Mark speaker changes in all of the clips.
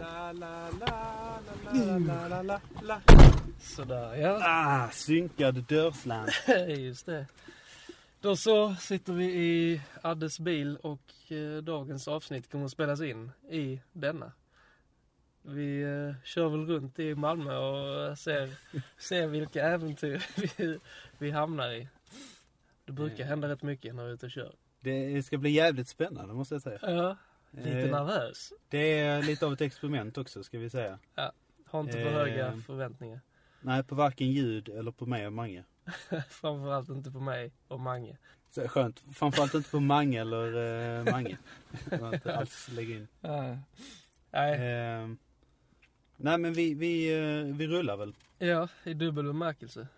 Speaker 1: la, la, la, la, la, la, la, la.
Speaker 2: Sådär ja,
Speaker 1: Ah, synkad dörrslant.
Speaker 2: just det. Då så sitter vi i Addes bil och eh, dagens avsnitt kommer att spelas in i denna. Vi eh, kör väl runt i Malmö och eh, ser, ser vilka äventyr vi, vi hamnar i. Det
Speaker 1: Eh.
Speaker 2: brukar hända rätt mycket när vi är ute och kör.
Speaker 1: Det ska bli jävligt spännande måste jag säga.
Speaker 2: Ja, lite
Speaker 1: Eh,
Speaker 2: nervös.
Speaker 1: Det är lite av ett experiment också ska vi säga.
Speaker 2: Har inte för
Speaker 1: eh,
Speaker 2: höga förväntningar.
Speaker 1: Nej, på varken ljud eller på mig och Mange.
Speaker 2: Framförallt inte på mig och Mange.
Speaker 1: Så skönt. Framförallt inte på Mange eller eh, Mange. Det var inte alls lägga in.
Speaker 2: Nej,
Speaker 1: Eh, nej men vi, vi, eh, vi rullar väl.
Speaker 2: ja, i dubbel bemärkelse.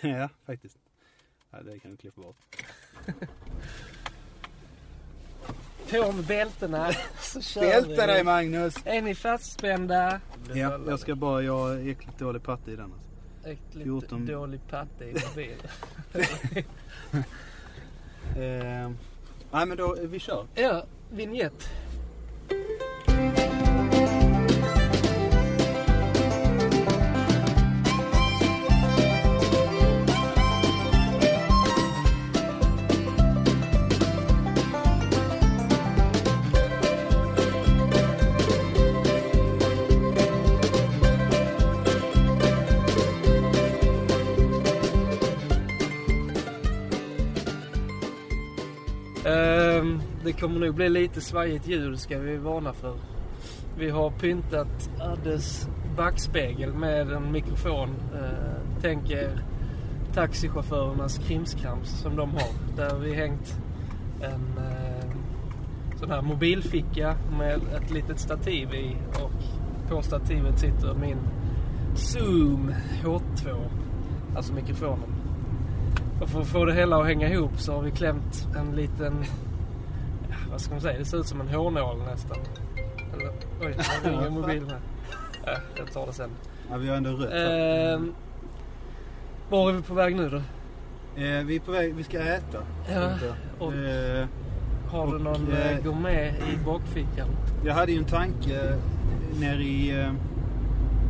Speaker 1: ja, faktiskt. Ja, det kan du klippa bort.
Speaker 2: På med bältena så kör
Speaker 1: Bälta
Speaker 2: vi.
Speaker 1: dig Magnus!
Speaker 2: Är ni fastspända?
Speaker 1: Ja, jag ska bara, jag är äckligt dålig patte i den alltså.
Speaker 2: Äckligt
Speaker 1: 14.
Speaker 2: dålig patte i mobilen.
Speaker 1: Eh, nej men då, eh, vi kör.
Speaker 2: ja, vignett. Ehm, det kommer nog bli lite svajigt ljud ska vi varna för. Vi har pyntat Addes backspegel med en mikrofon. Eh, tänk er taxichaufförernas krimskrams som de har. Där har vi hängt en eh, sån här mobilficka med ett litet stativ i. Och på stativet sitter min Zoom H2. Alltså mikrofonen. Och för att få det hela att hänga ihop så har vi klämt en liten... ja, Vad ska man säga? Det ser ut som en hårnål nästan. Eller, oj, nu ringer mobilen här. Ja, jag tar det sen.
Speaker 1: Ja, vi har ändå rött. här.
Speaker 2: Ehm, var är vi på väg nu då?
Speaker 1: Eh, vi är på väg, vi ska äta.
Speaker 2: Ja, och-
Speaker 1: eh,
Speaker 2: Har du
Speaker 1: Och,
Speaker 2: någon
Speaker 1: eh,
Speaker 2: eh, gourmet i bakfickan?
Speaker 1: jag hade ju en tanke eh, nere i, eh,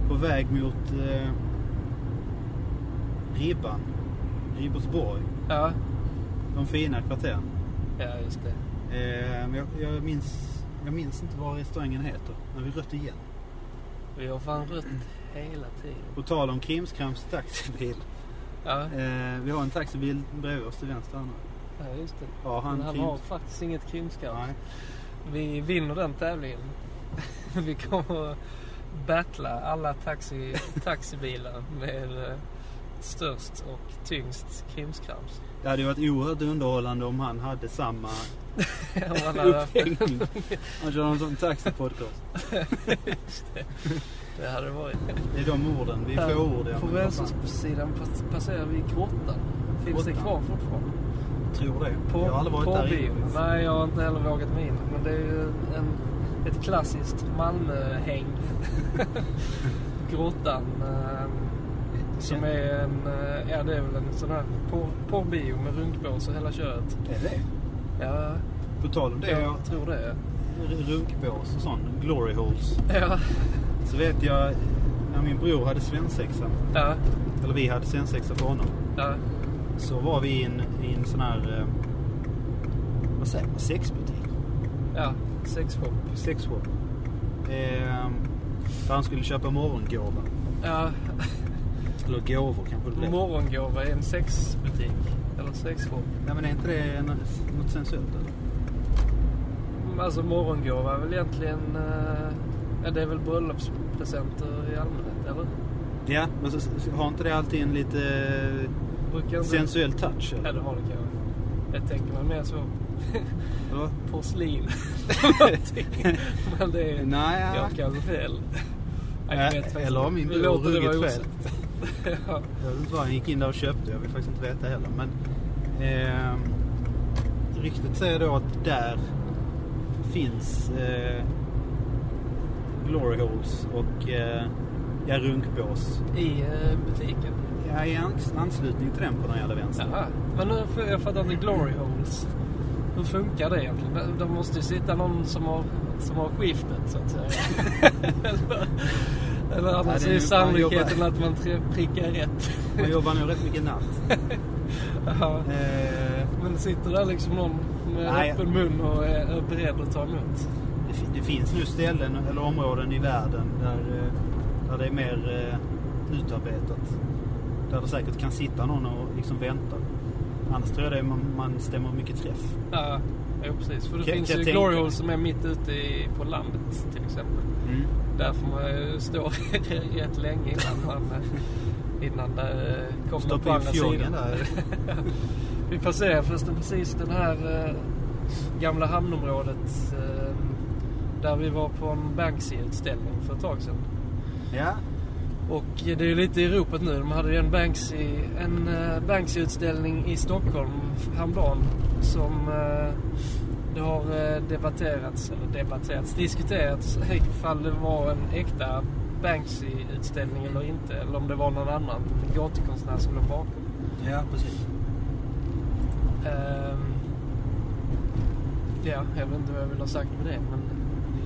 Speaker 1: på väg mot eh, Ribban, Ribersborg,
Speaker 2: Ja,
Speaker 1: de fina kvarteren.
Speaker 2: ja just det.
Speaker 1: Eh, men jag, jag, minns, jag minns inte vad restaurangen heter, men vi rött igen.
Speaker 2: Vi har fan rött hela tiden.
Speaker 1: På tal om krimskrams taxibil.
Speaker 2: Ja,
Speaker 1: Eh, vi har en taxibil bredvid oss till vänster här nu.
Speaker 2: ja just det.
Speaker 1: Ja, han,
Speaker 2: Men han
Speaker 1: krims-
Speaker 2: har faktiskt inget krimskrams.
Speaker 1: Nej.
Speaker 2: Vi vinner den tävlingen. Vi kommer att battla alla taxi, taxibilar med eh, störst och tyngst krimskrams.
Speaker 1: Det hade ju varit oerhört underhållande om han hade samma
Speaker 2: Om man hade haft-
Speaker 1: uppläggning. Han kör någon sån taxipodcast.
Speaker 2: det hade varit.
Speaker 1: Det är de orden, vi
Speaker 2: Ja,
Speaker 1: får ord. ja,
Speaker 2: På
Speaker 1: men vad fan.
Speaker 2: Vänstsidan pass- passerar vi grottan. Finns det
Speaker 1: Grottan?
Speaker 2: kvar fortfarande?
Speaker 1: Tror det. jag har aldrig varit
Speaker 2: på
Speaker 1: där
Speaker 2: bio.
Speaker 1: inne.
Speaker 2: Nej, jag har inte heller vågat mig in. Men det är ju en, ett klassiskt Malmöhäng. Grottan. eh, Som är en, eh, ja det är väl en sån här porr- porrbio med runkbås och hela köret.
Speaker 1: Är det?
Speaker 2: Ja,
Speaker 1: På tal om det, jag,
Speaker 2: jag tror det.
Speaker 1: runkbås och sån, glory holes.
Speaker 2: Ja,
Speaker 1: Så vet jag när min bror hade svensexa,
Speaker 2: ja,
Speaker 1: eller vi hade svensexa för honom.
Speaker 2: ja.
Speaker 1: Så var vi i en, i en sån här, eh, vad säger man, sexbutik?
Speaker 2: ja. Sexshop.
Speaker 1: Sexshop. Ehm, Där han skulle köpa morgongåva.
Speaker 2: Ja,
Speaker 1: Eller gåvor kanske det blev.
Speaker 2: morgongåva i en sexbutik. Eller sexshop.
Speaker 1: Nej men är inte det nå- något sensuellt eller?
Speaker 2: Alltså morgongåva är väl egentligen... eh, Ja, det är väl bröllopspresenter i allmänhet, eller?
Speaker 1: Ja, men så, så, har inte det alltid en lite
Speaker 2: Brukar
Speaker 1: eh,
Speaker 2: inte...
Speaker 1: sensuell touch
Speaker 2: Ja,
Speaker 1: eller?
Speaker 2: det har det kanske. Jag tänker mig mer så
Speaker 1: eller? vad?
Speaker 2: porslin. Men det är...
Speaker 1: Nej, ja.
Speaker 2: Jag kan fel. Nej, jag
Speaker 1: Eh,
Speaker 2: vet faktiskt
Speaker 1: eller har
Speaker 2: inte.
Speaker 1: min
Speaker 2: Vi
Speaker 1: bror
Speaker 2: låter det vara
Speaker 1: ruggit fel?
Speaker 2: osagt. ja.
Speaker 1: jag vet inte vad han gick in där och köpte. Jag vill faktiskt inte veta heller. Men ehm, ryktet säger då att där finns eh, glory holes och eh, ja, runkbås.
Speaker 2: I eh, butiken.
Speaker 1: Ja, i ans- anslutning till den på den jävla vänstern.
Speaker 2: Jaha. Men nu, för- jag fattar inte glory holes. Hur hur funkar det egentligen? Där- Där måste ju sitta någon som har, som har skiftet så att säga. eller, eller
Speaker 1: det är nog-
Speaker 2: annars är
Speaker 1: man
Speaker 2: ju sannolikheten
Speaker 1: jobbar-
Speaker 2: att man tri- prickar rätt.
Speaker 1: Man jobbar nog rätt mycket natt.
Speaker 2: Ja.
Speaker 1: Eh,
Speaker 2: Men sitter där liksom någon med
Speaker 1: Nej.
Speaker 2: öppen mun och är är beredd att ta emot?
Speaker 1: Det, fi- det finns nu ställen eller områden i världen där, eh, där det är mer eh, utarbetat. Där det säkert kan sitta någon och liksom vänta. Annars tror jag det är man, man stämmer mycket träff.
Speaker 2: Ja, ja precis. För det
Speaker 1: Kan-
Speaker 2: finns
Speaker 1: kan
Speaker 2: ju
Speaker 1: tänka
Speaker 2: glory
Speaker 1: mig.
Speaker 2: holes som är mitt ute i, på landet till exempel. Där får man ju stå rätt länge innan man innan det eh, kommer
Speaker 1: Stoppa
Speaker 2: på
Speaker 1: in
Speaker 2: andra
Speaker 1: fjorden
Speaker 2: sidan.
Speaker 1: där.
Speaker 2: Vi passerar förresten precis den här eh, gamla hamnområdet eh, där vi var på en Banksy-utställning för ett tag sedan.
Speaker 1: Ja,
Speaker 2: Och det är ju lite i ropet nu. De hade ju en Banksy, en eh, Banksy-utställning i Stockholm häromdagen som eh, det har eh, debatterats, eller debatterats, diskuterats ifall det var en äkta Banksy-utställning eller inte. Eller om det var någon annan gatukonstnär som låg bakom.
Speaker 1: ja precis.
Speaker 2: Ehm, ja, jag vet inte vad jag vill ha sagt med det. Men,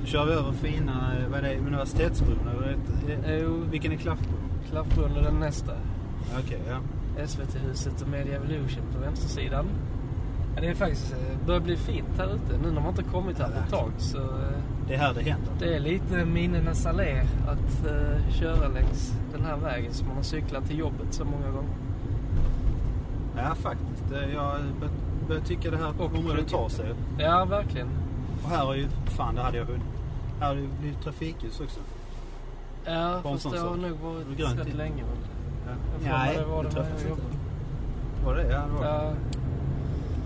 Speaker 1: Kör vi över fina, eh, vad är det, universitetsbron? Eller ett- eh,
Speaker 2: Jo.
Speaker 1: Vilken är klaffbron?
Speaker 2: Klappbrunnen den nästa.
Speaker 1: Okej, ja.
Speaker 2: SVT-huset och Media Evolution på vänstersidan. Ja, det är faktiskt, eh, börjar bli fint här ute nu när man inte kommit här på ett tag. Så eh,
Speaker 1: Det är här det händer.
Speaker 2: det är lite minnenas allé att eh, köra längs den här vägen som man har cyklat till jobbet så många gånger.
Speaker 1: Ja, faktiskt. Eh, Jag bör- börjar tycka det här
Speaker 2: Och
Speaker 1: området tar sig.
Speaker 2: Ja, verkligen.
Speaker 1: Och här har ju, fan det hade jag hunnit. Här har det ju blivit trafikljus också.
Speaker 2: Ja,
Speaker 1: På en
Speaker 2: fast
Speaker 1: sån
Speaker 2: det har
Speaker 1: sak.
Speaker 2: nog
Speaker 1: Det var
Speaker 2: varit
Speaker 1: grönt
Speaker 2: rätt
Speaker 1: i.
Speaker 2: länge. väl?
Speaker 1: Ja.
Speaker 2: Jag får Nej, det var det
Speaker 1: det
Speaker 2: när
Speaker 1: tror jag
Speaker 2: jag
Speaker 1: faktiskt
Speaker 2: jobbade.
Speaker 1: inte. Var det Ja, det var det.
Speaker 2: Ja,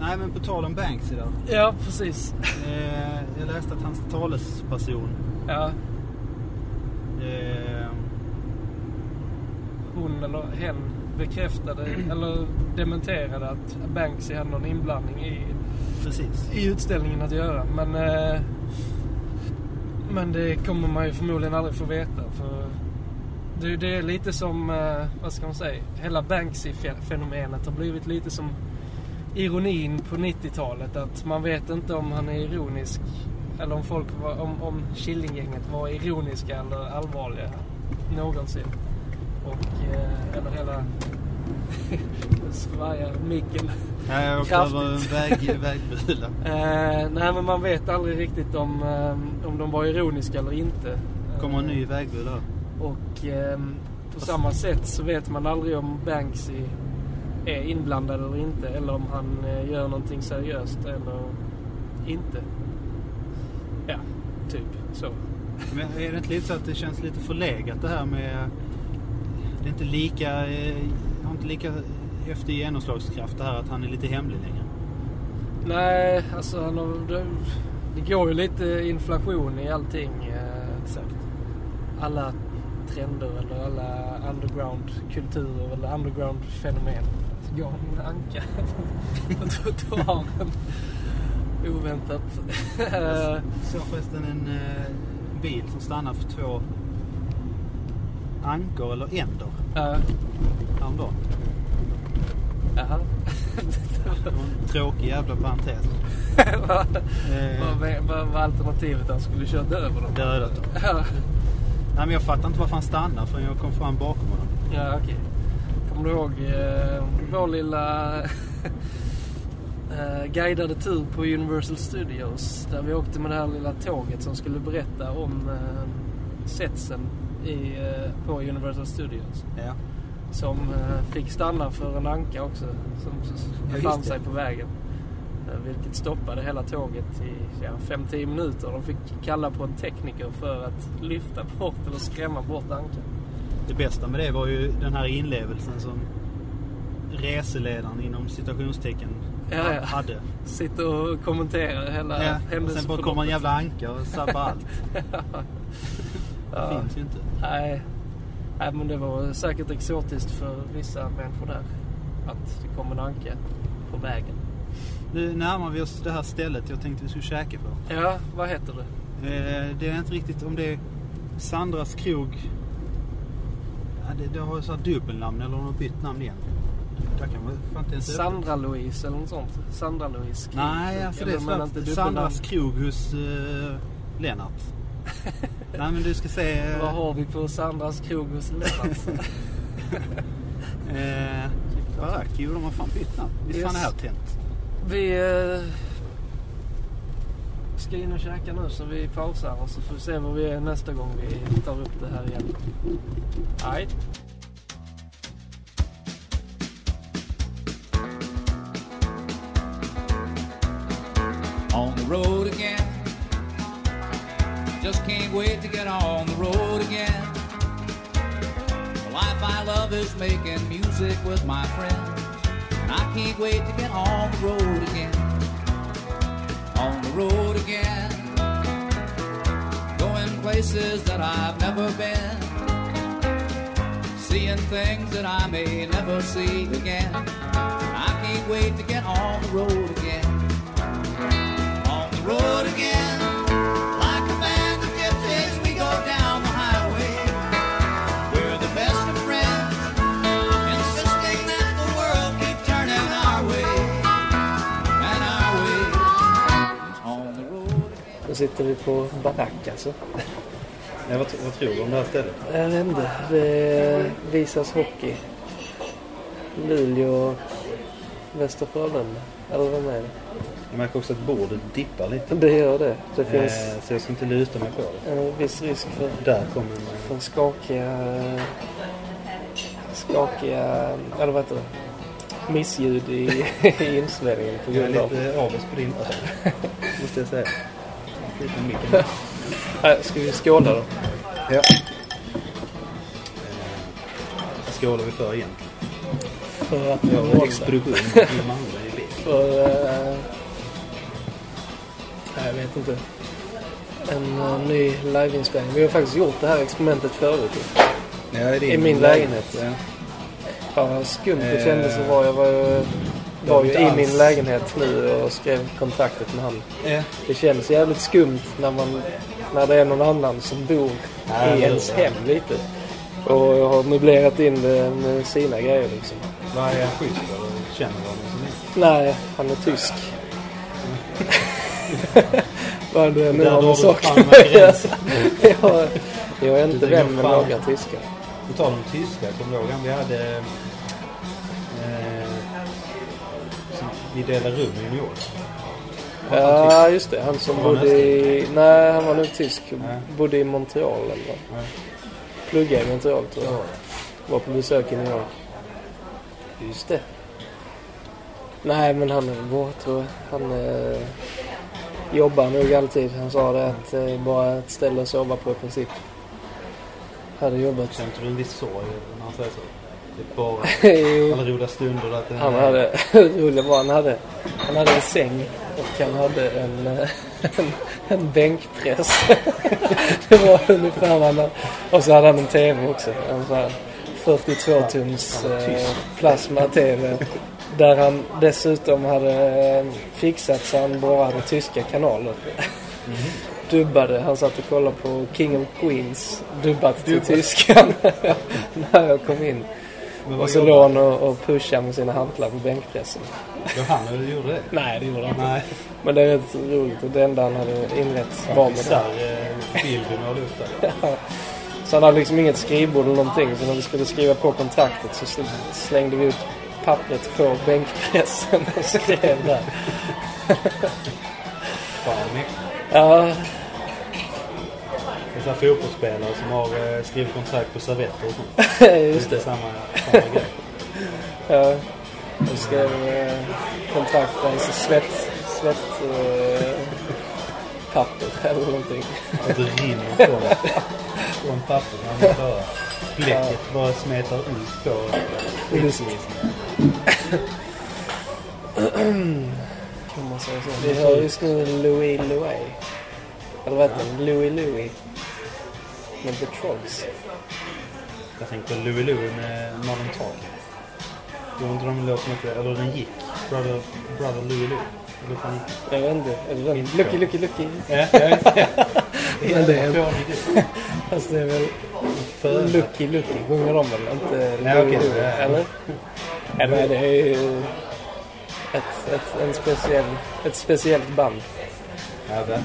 Speaker 1: Nej, men på tal om Banksy där.
Speaker 2: ja, precis.
Speaker 1: Eh, jag läste att hans talesperson,
Speaker 2: Ja,
Speaker 1: eh,
Speaker 2: hon eller hen bekräftade eller dementerade att Banksy hade någon inblandning i
Speaker 1: precis.
Speaker 2: i utställningen att göra. Men, eh, men det kommer man ju förmodligen aldrig få veta. För det, är ju- det är lite som, eh, vad ska man säga, hela Banksy-fenomenet har blivit lite som ironin på 90-talet. Att man vet inte om han är ironisk eller om folk var, om, om Killinggänget var ironiska eller allvarliga någonsin. Och, eh, eller hela... svajar micken.
Speaker 1: Ja, jag åkte
Speaker 2: Kraftigt.
Speaker 1: över en väg, vägbula.
Speaker 2: Eh, nej, men man vet aldrig riktigt om, eh, om de var ironiska eller inte.
Speaker 1: kommer en ny
Speaker 2: Eh,
Speaker 1: vägbula. här.
Speaker 2: Och ehm, på samma sätt så vet man aldrig om Banksy är inblandad eller inte. Eller om han eh, gör någonting seriöst eller inte. Ja, typ så.
Speaker 1: Men är det inte lite så att det känns lite förlegat det här med... Det är inte lika... eh, Har inte lika häftig genomslagskraft det här att han är lite hemlig längre.
Speaker 2: Nej, alltså han har, det, det går ju lite inflation i allting. eh,
Speaker 1: Exakt.
Speaker 2: alla trender eller alla underground-kulturer eller underground-fenomen. Jag har min anka på trottoaren. Oväntat. Eh,
Speaker 1: Jag såg förresten en eh, bil som stannade för två ankor eller änder
Speaker 2: eh,
Speaker 1: häromdagen.
Speaker 2: Jaha.
Speaker 1: Det var en tråkig jävla parentes.
Speaker 2: Vad
Speaker 1: Eh,
Speaker 2: var, var, var alternativet? Han skulle kört över dem?
Speaker 1: dödat dem.
Speaker 2: Ja,
Speaker 1: Nej men jag fattar inte varför han stannade förrän jag kom fram bakom honom.
Speaker 2: ja okej. Kommer du ihåg eh, vår lilla eh, guidade tur på Universal Studios? Där vi åkte med det här lilla tåget som skulle berätta om eh, setsen i, eh, på Universal Studios.
Speaker 1: Ja.
Speaker 2: Som eh, fick stanna för en anka också som s-
Speaker 1: Ja, just
Speaker 2: befann
Speaker 1: det.
Speaker 2: sig på vägen. Eh, Vilket stoppade hela tåget i ja, 5-10 minuter. De fick kalla på en tekniker för att lyfta bort eller skrämma bort ankan.
Speaker 1: Det bästa med det var ju den här inlevelsen som reseledaren inom citationstecken
Speaker 2: Ja, ja.
Speaker 1: hade.
Speaker 2: Sitter och kommenterar hela
Speaker 1: Ja, och sen bara
Speaker 2: händelseförloppet.
Speaker 1: kommer en jävla anka och sabbar allt.
Speaker 2: Ja.
Speaker 1: Det finns ju inte.
Speaker 2: Nej. Nej, men det var säkert exotiskt för vissa människor där. Att det kom en anka på vägen.
Speaker 1: Nu närmar vi oss det här stället jag tänkte vi skulle käka på.
Speaker 2: Ja, vad heter det?
Speaker 1: Eh, det är inte riktigt om det är Sandras krog. Ja, det, det har ju så här dubbelnamn eller har de bytt namn igen? Där kan man fan inte ens
Speaker 2: Sandra-Louise eller något sånt. Sandra-Louise. Krog.
Speaker 1: Nej, alltså det
Speaker 2: Eller man
Speaker 1: är
Speaker 2: inte
Speaker 1: svårt.
Speaker 2: dubbelnamn.
Speaker 1: Sandras krog hos eh, Lennart. Nej men du ska se... eh,
Speaker 2: Vad har vi på Sandras krog hos Lennart?
Speaker 1: Eh, Baracchio, de har fan bytt namn. Visst
Speaker 2: Yes.
Speaker 1: fan är det här tänt?
Speaker 2: vi eh, ska in och käka nu så vi pausar och så får vi se var vi är nästa gång vi tar upp det här igen. Aj.
Speaker 3: on the road again. Just can't wait to get on the road again. The life I love is making music with my friends. And I can't wait to get on the road again. On the road again. Going places that I've never been. Seeing things that I may never see again. I can't wait to get on the road again on the road again. Like a band of gypsies, we go down the highway. We're the best of friends, insisting that the world keep turning our way and our way on the road.
Speaker 2: Då sitter vi på barack alltså.
Speaker 1: Nej, vad, vad tror du om det här stället?
Speaker 2: Jag vet inte. Det visas hockey. Luleå, Västra Frölunda. Eller vad menar
Speaker 1: Jag märker också att bordet dippar lite.
Speaker 2: Det gör det. Det finns
Speaker 1: Eh, så jag ska inte luta mig på det.
Speaker 2: en viss risk för,
Speaker 1: Där kommer en... eh,
Speaker 2: för skakiga... Skakiga... Eller vad heter det? Missljud i, i inspelningen på
Speaker 1: Jag är
Speaker 2: grund av...
Speaker 1: lite avis på din öl. Måste jag säga. Lite mycket.
Speaker 2: Äh, Ska vi skåla då?
Speaker 1: Ja. Vad skålar vi för egentligen?
Speaker 2: För att
Speaker 1: Vi har en
Speaker 2: behålla...
Speaker 1: explosion i Malmö i lek.
Speaker 2: För... eh, nej, jag vet inte. En eh, ny liveinspelning. Vi har faktiskt gjort det här experimentet förut. ju.
Speaker 1: Ja, det
Speaker 2: I min lägenhet.
Speaker 1: Ja.
Speaker 2: Fan vad skumt det
Speaker 1: Eh,
Speaker 2: kändes att vara. Jag var ju,
Speaker 1: det
Speaker 2: var
Speaker 1: var
Speaker 2: ju
Speaker 1: Eh, inte
Speaker 2: i
Speaker 1: alls.
Speaker 2: min lägenhet nu och skrev kontraktet med han.
Speaker 1: Ja.
Speaker 2: Det känns jävligt skumt när, man, när det är någon annan som bor
Speaker 1: Ja,
Speaker 2: i
Speaker 1: det är
Speaker 2: ens
Speaker 1: det.
Speaker 2: hem lite. Och jag har möblerat in det med sina grejer liksom.
Speaker 1: Vad är han schysst eller känner du honom som är?
Speaker 2: Nej, han är tysk. Vad det nu
Speaker 1: Där
Speaker 2: har
Speaker 1: drar
Speaker 2: med
Speaker 1: du
Speaker 2: saken
Speaker 1: fram
Speaker 2: att göra.
Speaker 1: gränsen.
Speaker 2: jag, jag är inte
Speaker 1: Du drar
Speaker 2: vän med
Speaker 1: fram-
Speaker 2: några tyskar.
Speaker 1: På tal om tyskar, kommer du ihåg han vi hade... Eh, som vi delade rum i New York.
Speaker 2: Ja, just det. Han som
Speaker 1: Var han
Speaker 2: bodde i... Nej, han var nog tysk.
Speaker 1: Nej.
Speaker 2: Bodde i Montreal eller vad.
Speaker 1: Nej.
Speaker 2: Pluggade i Montreal tror
Speaker 1: Ja.
Speaker 2: jag. Var på besök i New York. Just det. Nej, men han är väl bra tror jag. Han eh, jobbar nog alltid. Han sa det att det är bara ett ställe att sova på i princip. Hade jobbat.
Speaker 1: Känner inte du en viss sorg när han säger så? Det är bara
Speaker 2: Jo.
Speaker 1: alla roliga stunder. Att det
Speaker 2: Han hade, roligt var han hade, han hade en säng och han hade en, eh, en, en bänkpress. Det var ungefär vad han hade. Och så hade han en TV också. En sån här 42 tums eh, plasma-TV. Där han dessutom hade eh, fixat så han bara hade tyska kanaler. Dubbade. Han satt och kollade på King of Queens dubbat till tyskan när jag kom in.
Speaker 1: Men vad
Speaker 2: Och så
Speaker 1: gjorde
Speaker 2: låg han och, och pushade med sina hantlar på bänkpressen.
Speaker 1: han? Ja, han gjorde det.
Speaker 2: Nej, det gjorde han inte.
Speaker 1: Nej.
Speaker 2: Men det är rätt roligt och det enda han hade inrett var med det.
Speaker 1: Bisarr eh, bild du målade upp där.
Speaker 2: Så han hade liksom inget skrivbord eller någonting. Så när vi skulle skriva på kontraktet så sl- slängde vi ut pappret på bänkpressen och skrev där.
Speaker 1: Fan vad mäktigt.
Speaker 2: Ja,
Speaker 1: Det är så här fotbollsspelare som har eh, skrivit kontrakt på servetter och sånt.
Speaker 2: just
Speaker 1: Det är
Speaker 2: det.
Speaker 1: samma, samma grej.
Speaker 2: Ja. Vi skrev eh, kontrakt med alltså svett... svett eh, papper eller någonting.
Speaker 1: Att det rinner från, från pappret när man bara Bläcket bara smetar ut på skilsmissan.
Speaker 2: Kan man säga så. Vi hör just nu Louis Louis. Eller vad heter den? Louis Louis. Med The Trolls.
Speaker 1: Jag tänkte på Louie Louie med Modern Talking. Gjorde inte de en låt som hette, eller den gick, Brother, Brother Louie Louie? Eller fan- Eh?
Speaker 2: Jag vet inte. Är det den?
Speaker 1: Inte
Speaker 2: Lucky,
Speaker 1: jag.
Speaker 2: Lucky, Lucky.
Speaker 1: Ja, jag vet inte.
Speaker 2: Men det är-
Speaker 1: Fånig grej.
Speaker 2: Fast det är väl
Speaker 1: Föda.
Speaker 2: Lucky Lucky sjunger de väl? Inte
Speaker 1: Nej,
Speaker 2: Louis
Speaker 1: okej,
Speaker 2: Louis?
Speaker 1: det är-
Speaker 2: Eller? Ja, men det är ju ett, ett, en speciell, ett speciellt band.
Speaker 1: Även.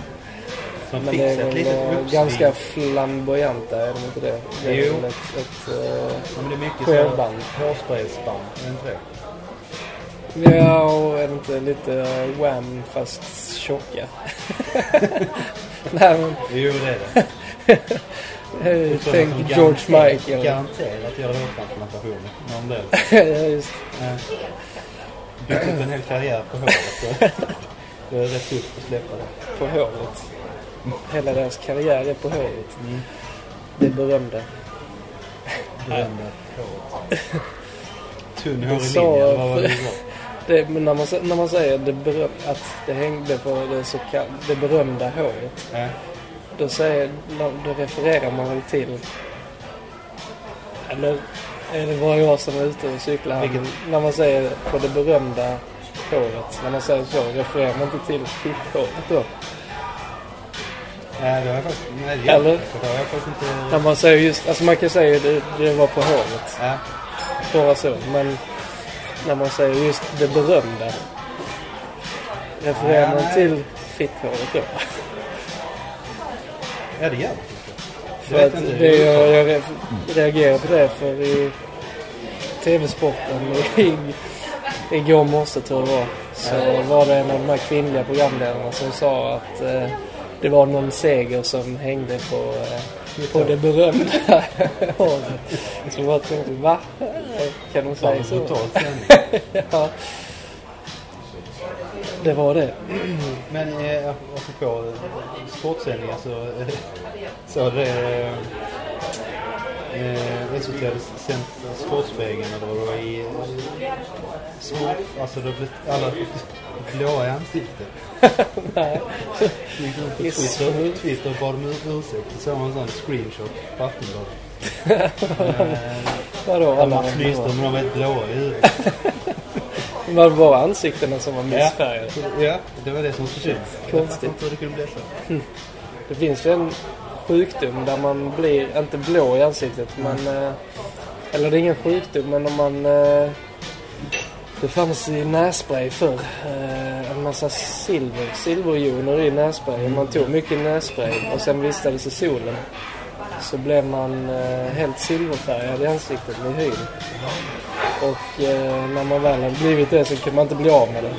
Speaker 1: Som
Speaker 2: Men
Speaker 1: fick
Speaker 2: det är
Speaker 1: ett
Speaker 2: väl
Speaker 1: litet
Speaker 2: eh,
Speaker 1: uppsving.
Speaker 2: ganska flamboyanta, är de inte det? det är
Speaker 1: Jo.
Speaker 2: väl Ett, ett, eh,
Speaker 1: Ja, men det är mycket
Speaker 2: sjöband.
Speaker 1: så hårspraysband. Är det inte det?
Speaker 2: ja, och är det inte lite eh, Wham fast tjocka? Nej, men
Speaker 1: Jo, det är det. Sådana
Speaker 2: eh, tänk
Speaker 1: som
Speaker 2: George
Speaker 1: garanterat-
Speaker 2: Michael.
Speaker 1: Garanterat gör hårtransplantationer. När de blev.
Speaker 2: ja, just.
Speaker 1: Eh, Byggt upp en hel karriär på håret. Så. Det är rätt tufft att släppa det.
Speaker 2: På håret. Hela deras karriär är på håret. Det berömda.
Speaker 1: Drömmer håret. Tunnhårig
Speaker 2: Så-
Speaker 1: linje, eller vad var det du sa?
Speaker 2: Det, men när, man, sä- när man säger det beröm, att det hängde på det, så kall, det berömda håret.
Speaker 1: Ja.
Speaker 2: Då, säger, då refererar man väl till... Eller är det bara jag som är ute och cyklar? här?
Speaker 1: Vilket-
Speaker 2: När man säger på det berömda håret. När man säger så, refererar man inte till fitthåret
Speaker 1: Mm.
Speaker 2: då?
Speaker 1: Nej, det har jag faktiskt nej, det gör jag
Speaker 2: Eller?
Speaker 1: inte. för Det har jag faktiskt
Speaker 2: När
Speaker 1: inte...
Speaker 2: man säger just... Alltså man kan säga det, det var på håret.
Speaker 1: Ja.
Speaker 2: Bara så. Men när man säger just det berömda. Refererar
Speaker 1: Nej,
Speaker 2: man
Speaker 1: nej.
Speaker 2: till fitthåret då?
Speaker 1: ja, det gör jag inte.
Speaker 2: För att det jag, jag re- reagerar på det för i TV-sporten i, igår morse tror jag det var så var det en av de här kvinnliga programledarna som sa att eh, det var någon seger som hängde på, eh, på det berömda håret. Så jag bara tänkte, va? Kan de säga
Speaker 1: Fan,
Speaker 2: så?
Speaker 1: brutalt sändning.
Speaker 2: Ja. Det var det.
Speaker 1: Men eh, apropå eh, sportsändningar så, eh, så har det eh, SVT hade sänt Sportspegeln och det var i eh, smurf, alltså det blev alla blåa i ansiktet. Gick runt på
Speaker 2: I
Speaker 1: Twitter,
Speaker 2: smurf.
Speaker 1: Twitter och bad om ur- ursäkt. Så såg man en sån screenshot på Aftonbladet. Eh,
Speaker 2: Vadå? Alla
Speaker 1: Mats Nyström, men de var helt blåa i huvudet.
Speaker 2: Var det bara ansiktena som var missfärgade?
Speaker 1: Ja, det var det som syns.
Speaker 2: Konstigt.
Speaker 1: Jag trodde det kunde bli så.
Speaker 2: Det finns ju en sjukdom där man blir, inte blå i ansiktet, men... eh, Eller det är ingen sjukdom, men om man... eh, Det fanns i nässpray förr. eh, En massa silver, silverjoner i nässpray. Man tog mycket nässpray och sen vistades i solen. Så blev man eh, helt silverfärgad i ansiktet med hyn. Och eh, när man väl hade blivit det så kunde man inte bli av med det.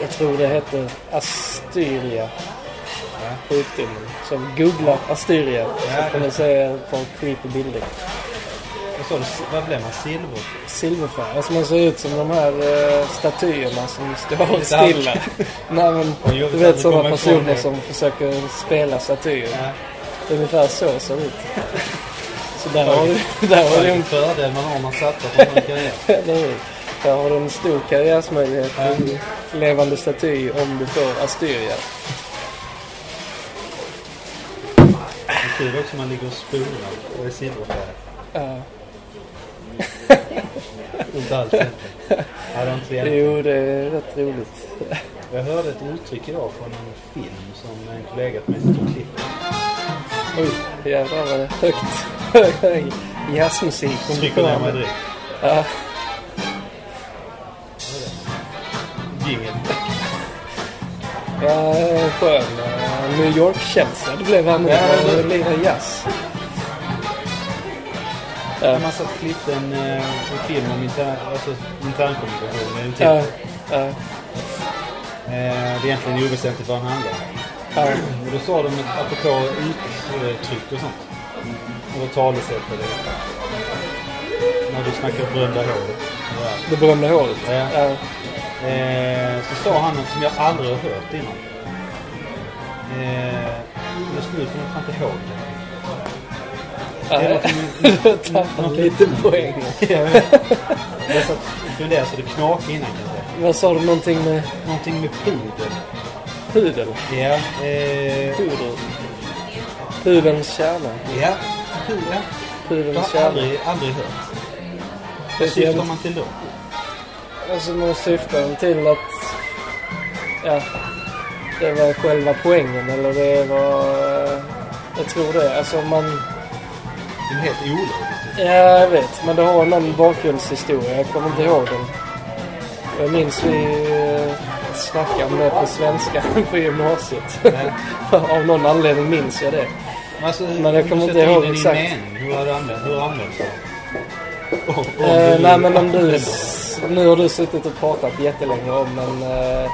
Speaker 2: Jag tror det heter astyria sjukdomen. Så googla astyria så får ni se på creepy bilder.
Speaker 1: Jag sa, det, vad blev man? Silver?
Speaker 2: Silverfärg. Alltså man ser ut som de här eh, statyerna som står
Speaker 1: Lite halv-
Speaker 2: stilla. Nej, men,
Speaker 1: Och jobbigt
Speaker 2: du
Speaker 1: att
Speaker 2: vet
Speaker 1: det
Speaker 2: sådana
Speaker 1: kommer ifrån
Speaker 2: personer
Speaker 1: det.
Speaker 2: som försöker spela statyer.
Speaker 1: Ja.
Speaker 2: Ungefär så ser det ut. Så där har du, där har
Speaker 1: Det
Speaker 2: du
Speaker 1: är en
Speaker 2: en,
Speaker 1: fördel man har om man satsar på en karriär.
Speaker 2: eller hur? där har du en stor karriärsmöjlighet. En levande staty om du får astyria.
Speaker 1: Det är kul också om man ligger och spolar och är silverfärgad.
Speaker 2: Ja.
Speaker 1: Inte alls egentligen. Ja, det är inte egentligen.
Speaker 2: Jo, det är rätt roligt.
Speaker 1: Jag hörde ett uttryck idag från en film som en kollega till mig satt och klippte.
Speaker 2: Oj, jävlar vad det är högt. Hög Jazzmusik.
Speaker 1: Trycker ner mig direkt.
Speaker 2: Ja,
Speaker 1: Jingel.
Speaker 2: ja, skön eh, New York-känsla. Det blev han nu
Speaker 1: Ja,
Speaker 2: när
Speaker 1: det-
Speaker 2: han lirade jazz.
Speaker 1: typ. När man satt och klippte en, eh, en film om intern, alltså, internkommunikation med en titel.
Speaker 2: Ja, ja,
Speaker 1: Eh, Det är egentligen oväsentligt vad den handlar om.
Speaker 2: ja.
Speaker 1: Och då sa de att apropå uttryck och sånt. Och talesätt och det. När du snackar brända hår. Ja.
Speaker 2: Det berömda hålet.
Speaker 1: Ja.
Speaker 2: Ja.
Speaker 1: Eh, så sa han något som jag aldrig har hört innan. Eh, just nu kommer jag fan inte ihåg det.
Speaker 2: Ja.
Speaker 1: Det låter
Speaker 2: Du tappade lite poäng.
Speaker 1: Jag satt och funderade så det knakade innan kan jag säga.
Speaker 2: Vad sa du? Någonting med
Speaker 1: Någonting med pudel.
Speaker 2: pudel?
Speaker 1: Ja. Eh,
Speaker 2: Pudel. Pudelns kärna.
Speaker 1: ja. Pudel. Jag
Speaker 2: Pudelns
Speaker 1: har
Speaker 2: kärna.
Speaker 1: aldrig, aldrig hört.
Speaker 2: Det
Speaker 1: Vad
Speaker 2: är så jävla
Speaker 1: syftar man till då?
Speaker 2: Alltså man syftar till att ja, det var själva poängen eller det var... eh, Jag tror det. Alltså man...
Speaker 1: Det är helt ologiskt.
Speaker 2: Ja, jag vet. Men det har en annan bakgrundshistoria. Jag kommer inte ihåg den. Jag minns vi eh, snackade om det på svenska på gymnasiet. Av någon anledning minns jag det.
Speaker 1: Alltså,
Speaker 2: Men jag kommer inte ihåg exakt.
Speaker 1: Hur har du använt, hur används det? Och- och
Speaker 2: Eh,
Speaker 1: du-
Speaker 2: nej men om du... s- Nu har du suttit och pratat jättelänge om en eh,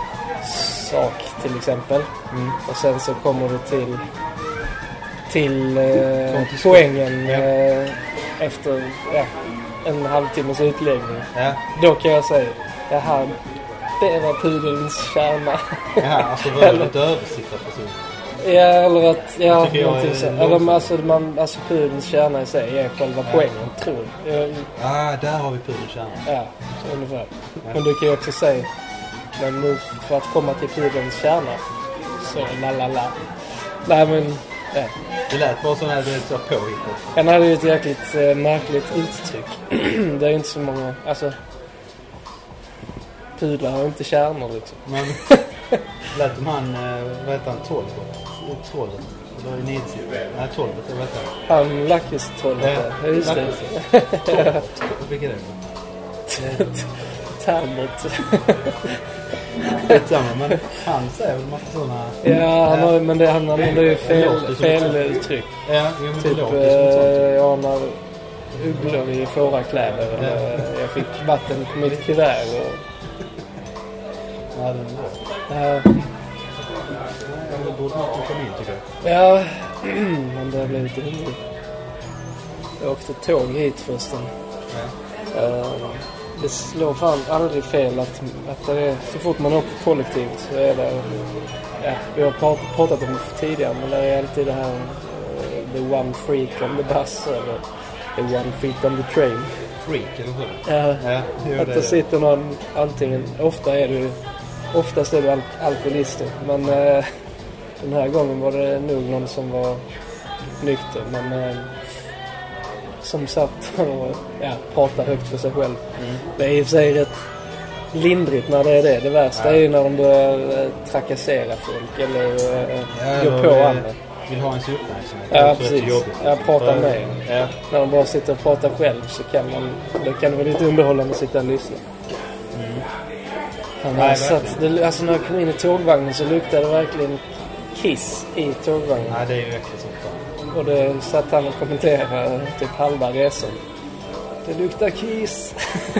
Speaker 2: sak till exempel.
Speaker 1: Mm.
Speaker 2: Och sen så kommer du till... Till eh,
Speaker 1: Kom till skott.
Speaker 2: poängen
Speaker 1: Ja.
Speaker 2: eh, efter ja, en halvtimmes utläggning.
Speaker 1: Ja,
Speaker 2: Då kan jag säga, jaha, det var pudelns kärna.
Speaker 1: ja, alltså rör du inte översitta personen?
Speaker 2: ja, eller att, ja,
Speaker 1: tycker jag
Speaker 2: någonting
Speaker 1: är
Speaker 2: så. Eller
Speaker 1: långsamt.
Speaker 2: men alltså, man, alltså pudelns kärna i sig är själva poängen, tror jag.
Speaker 1: Ah, där har vi pudelns kärna.
Speaker 2: Ja, så ungefär.
Speaker 1: Ja.
Speaker 2: Men du kan ju också säga, men nu för att komma till pudelns kärna, så la la la. Nej men, ja.
Speaker 1: Det lät bara sån här, du vet, så här påhittat.
Speaker 2: Han hade ju ett jäkligt eh, märkligt uttryck. det är ju inte så många, alltså. Pudlar har inte kärnor liksom.
Speaker 1: Men lät som han, eh, vad heter han, Tolbert? Eh, Trollet? Det var ju Nietzsche. Nej, Tolbert, vad heter han?
Speaker 2: Han lakritstrollade. Ja, just det.
Speaker 1: Tolbert. Vilken är det?
Speaker 2: Talbot.
Speaker 1: Eh, Skitsamma, men han säger väl en massa såna...
Speaker 2: Ja, han har, men det, han använder ju
Speaker 1: Låter
Speaker 2: fel,
Speaker 1: som
Speaker 2: fel
Speaker 1: ett-
Speaker 2: uttryck.
Speaker 1: Ja, jo, men det
Speaker 2: Typ,
Speaker 1: låter som ett sånt.
Speaker 2: eh, jag anar ugglor i fårakläder. eller Jag fick vatten på mitt kuvert. Och,
Speaker 1: Ja, den låter.
Speaker 2: ja,
Speaker 1: Det borde man komma in, tycker jag.
Speaker 2: ja, man börjar bli lite hungrig. Jag åkte tåg hit förresten.
Speaker 1: Ja.
Speaker 2: Eh, Det slår fan aldrig fel att, att det är, så fort man åker kollektivt så är det... Ja, vi har prat- pratat om det tidigare men det är alltid det här eh, the one freak on the bus eller the one freak on the train. Eh,
Speaker 1: Freak, eller hur?
Speaker 2: Ja,
Speaker 1: Ja, jo,
Speaker 2: att det sitter någon antingen... Ofta är du... Oftast är du al- alkoholister men eh, den här gången var det nog någon som var nykter men eh, som satt och ja, pratade högt för sig själv.
Speaker 1: Mm.
Speaker 2: Det är i och för sig rätt lindrigt när det är det. Det värsta
Speaker 1: Ja.
Speaker 2: är ju när de börjar eh, trakassera folk eller eh,
Speaker 1: Ja,
Speaker 2: gå
Speaker 1: då,
Speaker 2: på
Speaker 1: eh,
Speaker 2: andra.
Speaker 1: Vill ha ens uppmärksamhet. Det
Speaker 2: Ja,
Speaker 1: är också rätt
Speaker 2: precis.
Speaker 1: jobbigt.
Speaker 2: Ja, prata
Speaker 1: För-
Speaker 2: med.
Speaker 1: Ja,
Speaker 2: När de bara sitter och pratar själv så kan man, då kan det vara lite underhållande att sitta och lyssna. Han har
Speaker 1: Nej,
Speaker 2: satt, det, alltså när jag kom in i tågvagnen så luktade det verkligen kiss i tågvagnen.
Speaker 1: nej, det är ju äckligt som fan.
Speaker 2: Och det satt han och kommenterade typ halva resan. Det luktar kiss.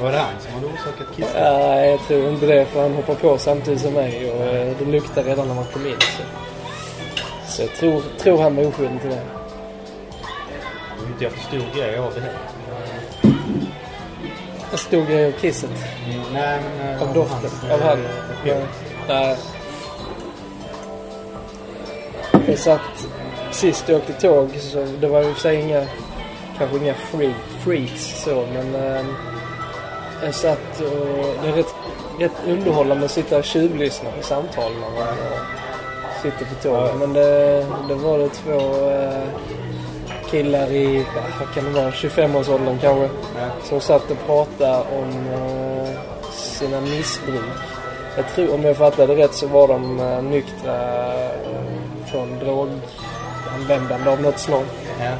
Speaker 1: Var det han som hade orsakat kissen?
Speaker 2: Nej, jag tror inte det för han hoppar på samtidigt som mig och eh, det luktar redan när man kom in. Så, så jag tror, tror han var oskyldig till det.
Speaker 1: Det var ju inte jag förstod grej av det heller.
Speaker 2: Jag stod i kisset
Speaker 1: Nej, men... eh,
Speaker 2: av doften av han.
Speaker 1: Ja.
Speaker 2: Nej. Jag satt sist jag åkte tåg så det var ju i och för sig inga, kanske inga freak, freaks så men eh, jag satt och det är rätt, rätt underhållande att sitta och tjuvlyssna på samtal när man eh, sitter på tåget. Men det, det var det två eh, killar i, ja, vad kan det vara, 25-årsåldern kanske
Speaker 1: Ja.
Speaker 2: som satt och pratade om eh, sina missbruk. Jag tror, om jag fattade rätt, så var de eh, nyktra eh, från droganvändande av något slag.
Speaker 1: Ja.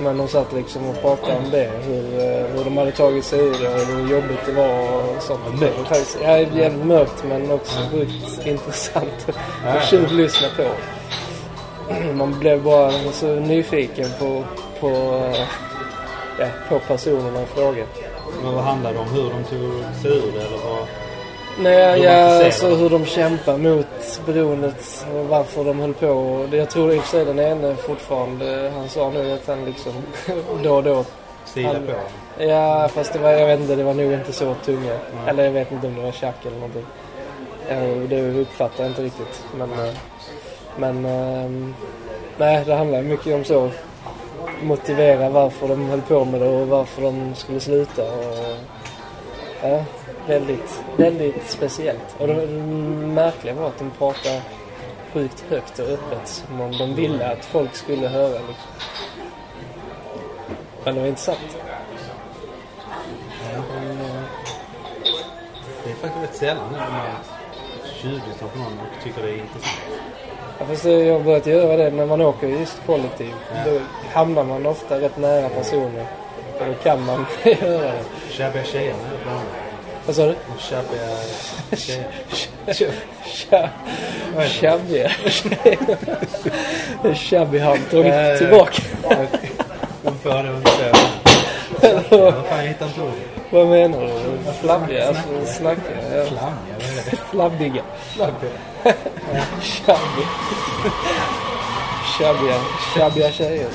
Speaker 2: Men de satt liksom och pratade om det, hur, eh, hur de hade tagit sig ur det och hur jobbigt det var och sånt.
Speaker 1: Vad
Speaker 2: Det
Speaker 1: mörkt.
Speaker 2: var faktiskt- Ja, det är jävligt mörkt men också sjukt intressant
Speaker 1: Ja, ja.
Speaker 2: att tjuvlyssna på. Man blev bara så nyfiken på, på, eh, ja, på personerna i fråga.
Speaker 1: Men vad handlar det om? Hur de tog sig ur det, eller vad?
Speaker 2: Nej,
Speaker 1: Hur
Speaker 2: ja,
Speaker 1: man
Speaker 2: alltså
Speaker 1: ser.
Speaker 2: hur de kämpar mot beroendet och varför de höll på. Och det- Jag tror i och för sig den ene fortfarande, han sa nu att han liksom då och då.
Speaker 1: Sida
Speaker 2: Han-
Speaker 1: på.
Speaker 2: Ja, fast det var, jag vet inte, det var nog inte så tunga.
Speaker 1: Nej.
Speaker 2: Eller jag vet inte om det var tjack eller någonting. Eh, Det uppfattar jag inte riktigt. Men, eh, men ehm, nej, det handlar mycket om så. Motivera varför de höll på med det och varför de skulle sluta. Och, ja, väldigt, väldigt speciellt. Och det märkliga var att de pratade sjukt högt och öppet. Som om de ville att folk skulle höra. Liksom. Men det var intressant.
Speaker 1: Det är faktiskt rätt sällan nu man tjuvlyssnar på någon och tycker det är intressant.
Speaker 2: Ja, fast det- jag har börjat göra det när man åker i kollektiv. Då hamnar man ofta rätt nära personer. Och då kan man göra det.
Speaker 1: Tjabbiga tjejerna är bland annat.
Speaker 2: Vad sa du?
Speaker 1: De tjabbiga tjejerna.
Speaker 2: Tja- Tjabbiga. Chubby Hunter
Speaker 1: Eh,
Speaker 2: gick tillbaka.
Speaker 1: De får det ungefär. Vad fan, jag hittar inte ordet.
Speaker 2: Vad menar du? Flabbiga? Alltså snackiga? Ja.
Speaker 1: Flamja, vad är det?
Speaker 2: Flabbiga.
Speaker 1: Flamja.
Speaker 2: Chubby. Chubbiga. Chubbiga tjejer.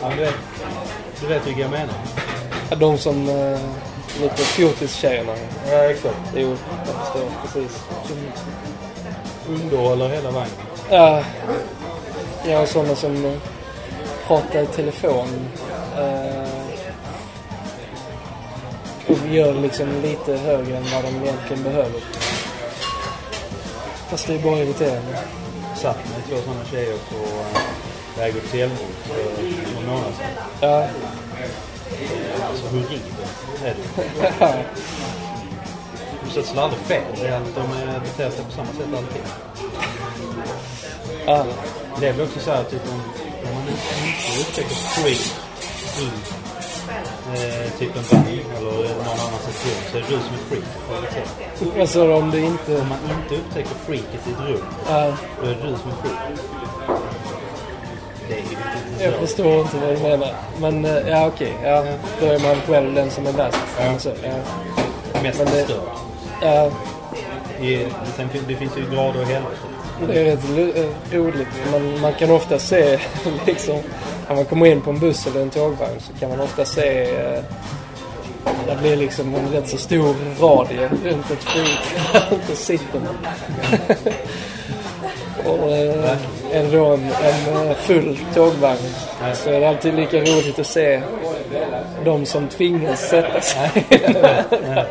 Speaker 1: Ja, men du, vet, du vet vilka jag menar?
Speaker 2: Ja, De som... eh, Lite fjortis-tjejerna.
Speaker 1: Ja, exakt.
Speaker 2: Jo, jag förstår precis.
Speaker 1: Underhåller hela vagnen.
Speaker 2: Ja, jag har sådana som eh, pratar i telefon. Eh, och gör liksom lite högre än vad de egentligen behöver. Fast det är bara irriterande.
Speaker 1: Satt med två sådana tjejer på eh, väg upp till Älmhult för någon månad sedan.
Speaker 2: Ja,
Speaker 1: Alltså horribelt är det De sätts väl aldrig fel. Det är att de eh, beter sig på samma sätt alltid.
Speaker 2: ja.
Speaker 1: Det är väl också så här typ om, om man inte upptäcker skit i eh, typ en vagn eller någon annan sektion så är det du som är freak. på ett sätt.
Speaker 2: Vad sa du om det inte...
Speaker 1: Om man inte upptäcker freaket i ett rum
Speaker 2: Ja,
Speaker 1: då är det du som är freak. Det är ju inte
Speaker 2: jag
Speaker 1: så.
Speaker 2: förstår inte vad du menar. Men eh, ja, okej. Ja, då är man själv den som är bäst.
Speaker 1: Ja.
Speaker 2: Så, ja.
Speaker 1: Mest
Speaker 2: Men det-
Speaker 1: störd.
Speaker 2: Ja,
Speaker 1: I- Sen, fin- det finns ju grader och helvete.
Speaker 2: Det är rätt lu- eh, roligt. Man, man kan ofta se, liksom, när man kommer in på en buss eller en tågvagn så kan man ofta se, eh, det blir liksom en rätt så stor radie runt ett skit, runt ett sitten. Och eh, en, då en, en eh, full tågvagn så är det alltid lika roligt att se de som tvingas sätta sig.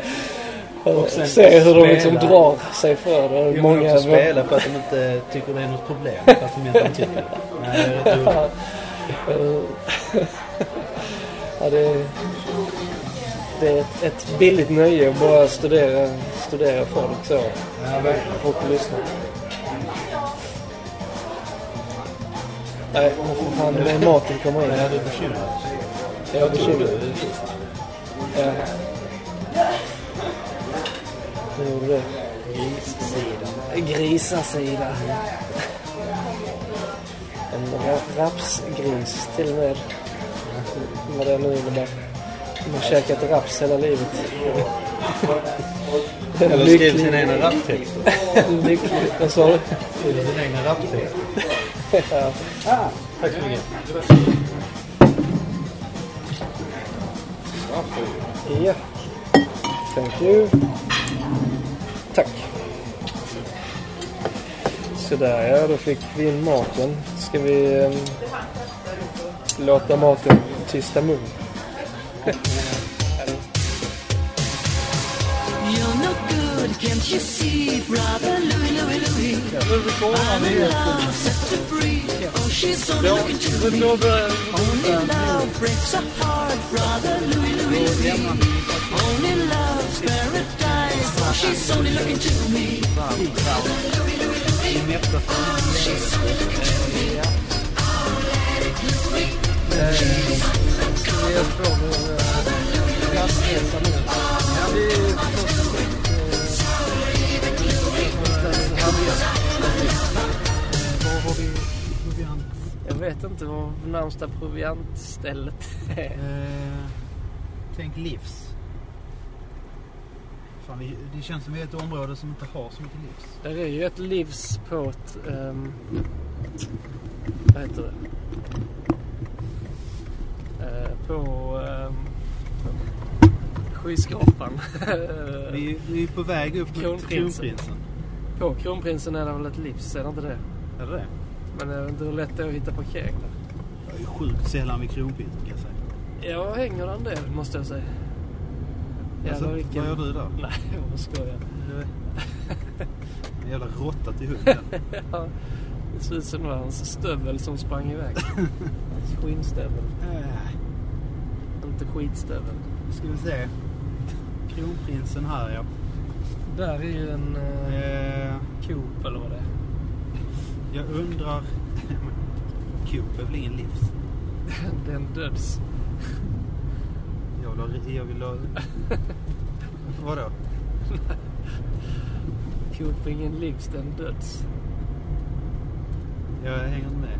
Speaker 2: Och
Speaker 1: sen
Speaker 2: se hur de liksom
Speaker 1: spela.
Speaker 2: drar sig för det. Och
Speaker 1: Jag
Speaker 2: Många
Speaker 1: Många också spela för att de inte tycker det är något problem. För att de egentligen tycker det. Nej, det är rätt roligt.
Speaker 2: Eh, ja, det, det är ett, ett billigt nöje att bara studera, studera folk så
Speaker 1: Ja, verkligen.
Speaker 2: och lyssna. Nej, åh, för fan, det är maten kommer in.
Speaker 1: Men är du bekymrad?
Speaker 2: Jag är
Speaker 1: Tror du?
Speaker 2: bekymrad. Ja. Det gjorde det.
Speaker 1: Grissidan.
Speaker 2: Grisasida. En ra- rapsgris till och med. Vad det nu innebär. De har käkat raps hela livet. En
Speaker 1: Eller skriv
Speaker 2: lycklig-
Speaker 1: sina egna raptexter.
Speaker 2: en lycklig- Vad sa du?
Speaker 1: Skriv sina egna raptexter.
Speaker 2: Ja.
Speaker 1: Ah, tack så mycket.
Speaker 2: Ja. Thank you. Tack. Sådär ja, då fick vi in maten. Ska vi ehm, låta maten tysta mun?
Speaker 4: You're no good, can't you see, brother Louie, Louie, Louie? I'm in love, such a freak. Oh, she's only looking to me. Only love breaks a heart, brother Louie, Louie, Louie. Only love's paradise. Oh, she's only looking to me. Brother Louie, Louie, Louie. Oh, she's only looking to me. Oh, let it Louie. She's only looking to me. Brother Louie, Louie, Louie.
Speaker 2: Jag vet inte vad närmsta proviantstället är.
Speaker 1: Eh, tänk livs. Fan, vi- det känns som vi är ett område som inte har så mycket livs.
Speaker 2: Där är ju ett livs på ett... ehm, vad heter det? Eh, på um, skyskrapan.
Speaker 1: Vi, är- vi är på väg upp mot
Speaker 2: Kronprinsen.
Speaker 1: Kronprinsen.
Speaker 2: på Kronprinsen är det väl ett livs, är det inte det?
Speaker 1: Är det det?
Speaker 2: Men jag vet inte hur lätt det är att hitta parkering där.
Speaker 1: Jag är sjukt sällan vid Kronprinsen kan jag säga.
Speaker 2: Jag hänger den där, måste jag säga.
Speaker 1: Alltså,
Speaker 2: Jävlar vilken...
Speaker 1: vad gör du där?
Speaker 2: Nej, jag bara skojar.
Speaker 1: Du- En jävla råtta till hunden.
Speaker 2: Ja, det ser ut som det var hans stövel som sprang iväg. Hans skinnstövel,
Speaker 1: Eh,
Speaker 2: inte skitstövel.
Speaker 1: ska vi se. Kronprinsen här ja.
Speaker 2: Där är ju en eh,
Speaker 1: Eh,
Speaker 2: Coop eller vad det är.
Speaker 1: jag undrar... Coop är väl ingen livs?
Speaker 2: Det är en döds.
Speaker 1: Jag vill ha... Jag vill ha... Vadå?
Speaker 2: Coop är ingen livs, det är en döds.
Speaker 1: Jag hänger inte med.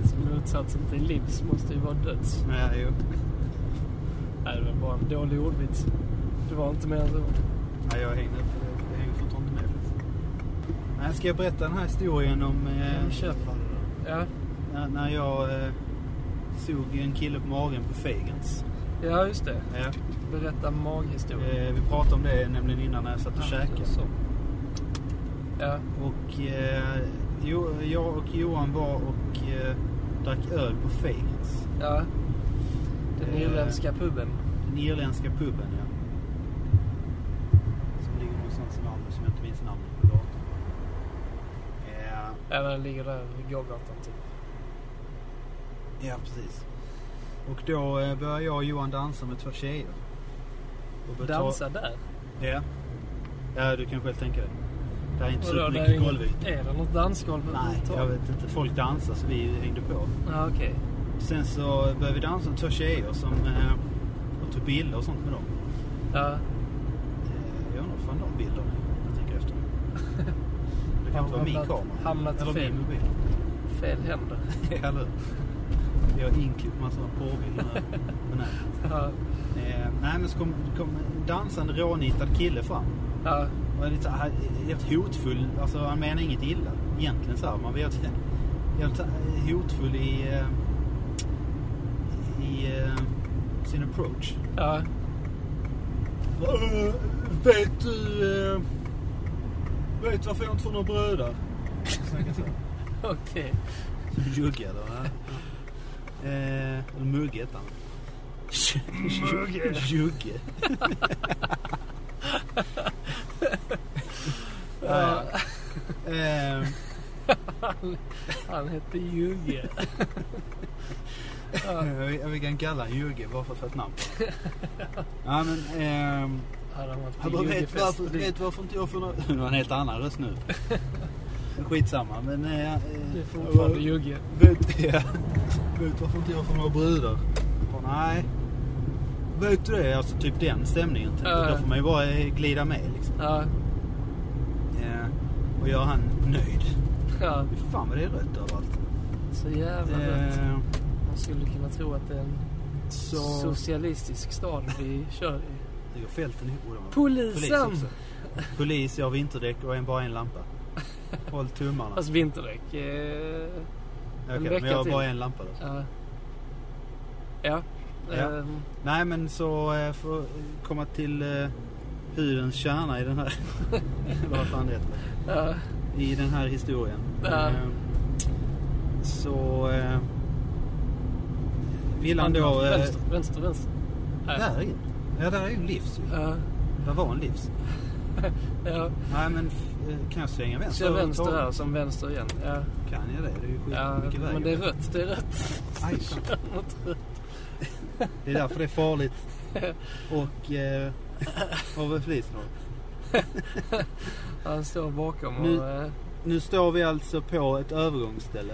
Speaker 2: Alltså motsatsen till livs måste ju vara döds.
Speaker 1: Nej, jo.
Speaker 2: Nej, det var bara en dålig ordvits. Det var inte mer än så.
Speaker 1: Nej, jag hänger, jag hänger fortfarande inte med. faktiskt. Nej, ska jag berätta den här historien om...
Speaker 2: Ja, men
Speaker 1: Eh,
Speaker 2: kör. Ja,
Speaker 1: när, när jag eh, såg en kille på magen på Fegans.
Speaker 2: ja just det.
Speaker 1: Ja.
Speaker 2: Berätta maghistorien.
Speaker 1: Eh, vi pratade om det nämligen innan när jag satt och käkade.
Speaker 2: Så. Ja,
Speaker 1: Och eh, jo, jag och Johan var och eh, drack öl på Fegans.
Speaker 2: ja. Den
Speaker 1: Eh.
Speaker 2: irländska puben.
Speaker 1: Den irländska puben, ja. Som ligger någonstans i Malmö, som jag inte minns namnet på gatan. Eh,
Speaker 2: Ja, den ligger där vid gågatan typ.
Speaker 1: Ja, precis. Och då eh, började jag och Johan dansa med två tjejer. Och började ta-
Speaker 2: Dansa där?
Speaker 1: Ja. Ja, du kan själv tänka dig. Det här är inte
Speaker 2: Vadå, där
Speaker 1: supermycket
Speaker 2: är inget-
Speaker 1: golvyta.
Speaker 2: Är det något dansgolv
Speaker 1: Nej, jag vet inte. Folk dansar så vi hängde på.
Speaker 2: Ja, okej.
Speaker 1: Sen så började vi dansa med två tjejer som eh, och tog bilder och sånt med dem.
Speaker 2: Ja.
Speaker 1: Eh, jag undrar vad fan de bilderna är. Jag tänker efter. Det kan
Speaker 2: Har
Speaker 1: inte vara min
Speaker 2: hamnat-
Speaker 1: kamera.
Speaker 2: hamnat i
Speaker 1: Eller
Speaker 2: fel.
Speaker 1: min mobil.
Speaker 2: Fel händer.
Speaker 1: Ja, eller hur? Jag har inklippt massa porrbilder här på nätet.
Speaker 2: Ja.
Speaker 1: Eh, nej men så kom, kom en dansande rånitad kille fram.
Speaker 2: Ja.
Speaker 1: Och är lite så här, eh, helt hotfull. Alltså han menar inget illa egentligen så här. Man vet Helt så här hotfull i, eh, i eh, sin approach.
Speaker 2: Ja.
Speaker 1: Eh, Vet du... eh, Vet varför jag inte får några bröder? Snackar så.
Speaker 2: Okej.
Speaker 1: Jugge då. va? Eh, Eller Mugge hette han. Jugge. Jugge. Ja, ja. Ehm,
Speaker 2: Han hette Jugge.
Speaker 1: vi- Vi kan kalla honom Jugge bara för att få ett namn. Ja, men, ehm,
Speaker 2: Hade han varit
Speaker 1: han
Speaker 2: på
Speaker 1: bara, vet
Speaker 2: Juggefest?
Speaker 1: varför, vet varför inte jag får några... Det var en helt annan röst nu. Men Skitsamma. Men, eh, eh,
Speaker 2: Det är fortfarande Jugge.
Speaker 1: Vet, ja. vet varför inte jag får några brudar? Bara, Nej. Vet du det? Alltså typ den stämningen. Typ.
Speaker 2: Ja.
Speaker 1: Då får man ju bara eh, glida med liksom.
Speaker 2: Ja.
Speaker 1: Ja. Och göra han nöjd.
Speaker 2: Ja.
Speaker 1: Fy Fan vad det är rött överallt.
Speaker 2: Så jävla rött.
Speaker 1: Eh,
Speaker 2: Man skulle kunna tro att det är en
Speaker 1: så...
Speaker 2: socialistisk stad vi kör i.
Speaker 1: Det går fälten ihop. Ola.
Speaker 2: Polisen!
Speaker 1: Polis, också. Polis jag har vinterdäck och en bara en lampa. Håll tummarna.
Speaker 2: Fast vinterdäck. Eh,
Speaker 1: Okej,
Speaker 2: Alltså, en
Speaker 1: men jag har
Speaker 2: vecka
Speaker 1: bara
Speaker 2: till.
Speaker 1: en lampa då.
Speaker 2: ja. Ja.
Speaker 1: Ja.
Speaker 2: Ehm,
Speaker 1: Nej men så eh, för att komma till eh, hudens kärna i den här... vad fan det heter.
Speaker 2: ja.
Speaker 1: i den här historien.
Speaker 2: Ja.
Speaker 1: Eh, Så eh, vill han då... eh,
Speaker 2: Vänster, vänster, vänster. Nej.
Speaker 1: Där är ju- Ja, där är ju en livs ju.
Speaker 2: Ja.
Speaker 1: Där var en livs.
Speaker 2: Ja.
Speaker 1: Nej, men f- eh, kan jag svänga vänster?
Speaker 2: Kör vänster här
Speaker 1: överhuvudtaget?
Speaker 2: som vänster igen. Ja.
Speaker 1: Kan jag det? Det är ju
Speaker 2: Ja,
Speaker 1: skitmycket väg.
Speaker 2: men det är rött, det är rött.
Speaker 1: Aj, fan. det är därför det är farligt. Och... Eh, vad var polisen då?
Speaker 2: Han står bakom och,
Speaker 1: Nu-
Speaker 2: eh,
Speaker 1: Nu står vi alltså på ett övergångsställe.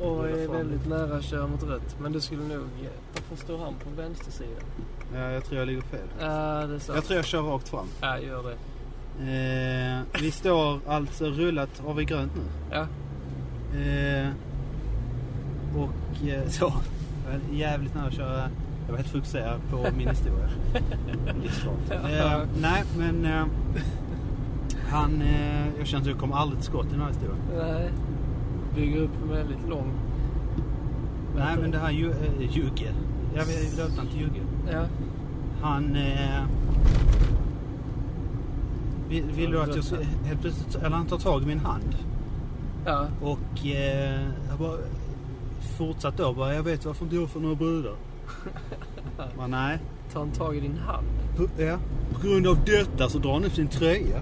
Speaker 2: och
Speaker 1: Rullar
Speaker 2: är
Speaker 1: fram.
Speaker 2: väldigt nära att köra mot rött. Men du skulle nog... eh, Varför står han på vänster sida?
Speaker 1: Ja, jag tror jag ligger fel.
Speaker 2: Ja, det är sant.
Speaker 1: Jag tror jag kör rakt fram.
Speaker 2: Ja, gör det.
Speaker 1: Eh, vi står alltså rullat, har vi grönt nu?
Speaker 2: Ja.
Speaker 1: Eh, och eh, så. Jag var jävligt nära att köra. Jag var helt fokuserad på min historia. Livsfarligt. Eh, nej, men eh, han, eh, jag känner att jag kom aldrig till skott i den här historien.
Speaker 2: Nej. Bygger upp en väldigt lång...
Speaker 1: Nej, men det här ju, eh, Jugge. Jag vill döpa honom till Jugge.
Speaker 2: Ja.
Speaker 1: Han... Eh, vill, vill du att jag ska, helt plötsligt, eller han tar tag i min hand.
Speaker 2: Ja.
Speaker 1: Och eh, jag bara fortsatt då bara, jag vet varför inte jag får några brudar. bara, nej.
Speaker 2: Tar han tag i din hand?
Speaker 1: På, ja. På grund av detta så drar han upp sin tröja.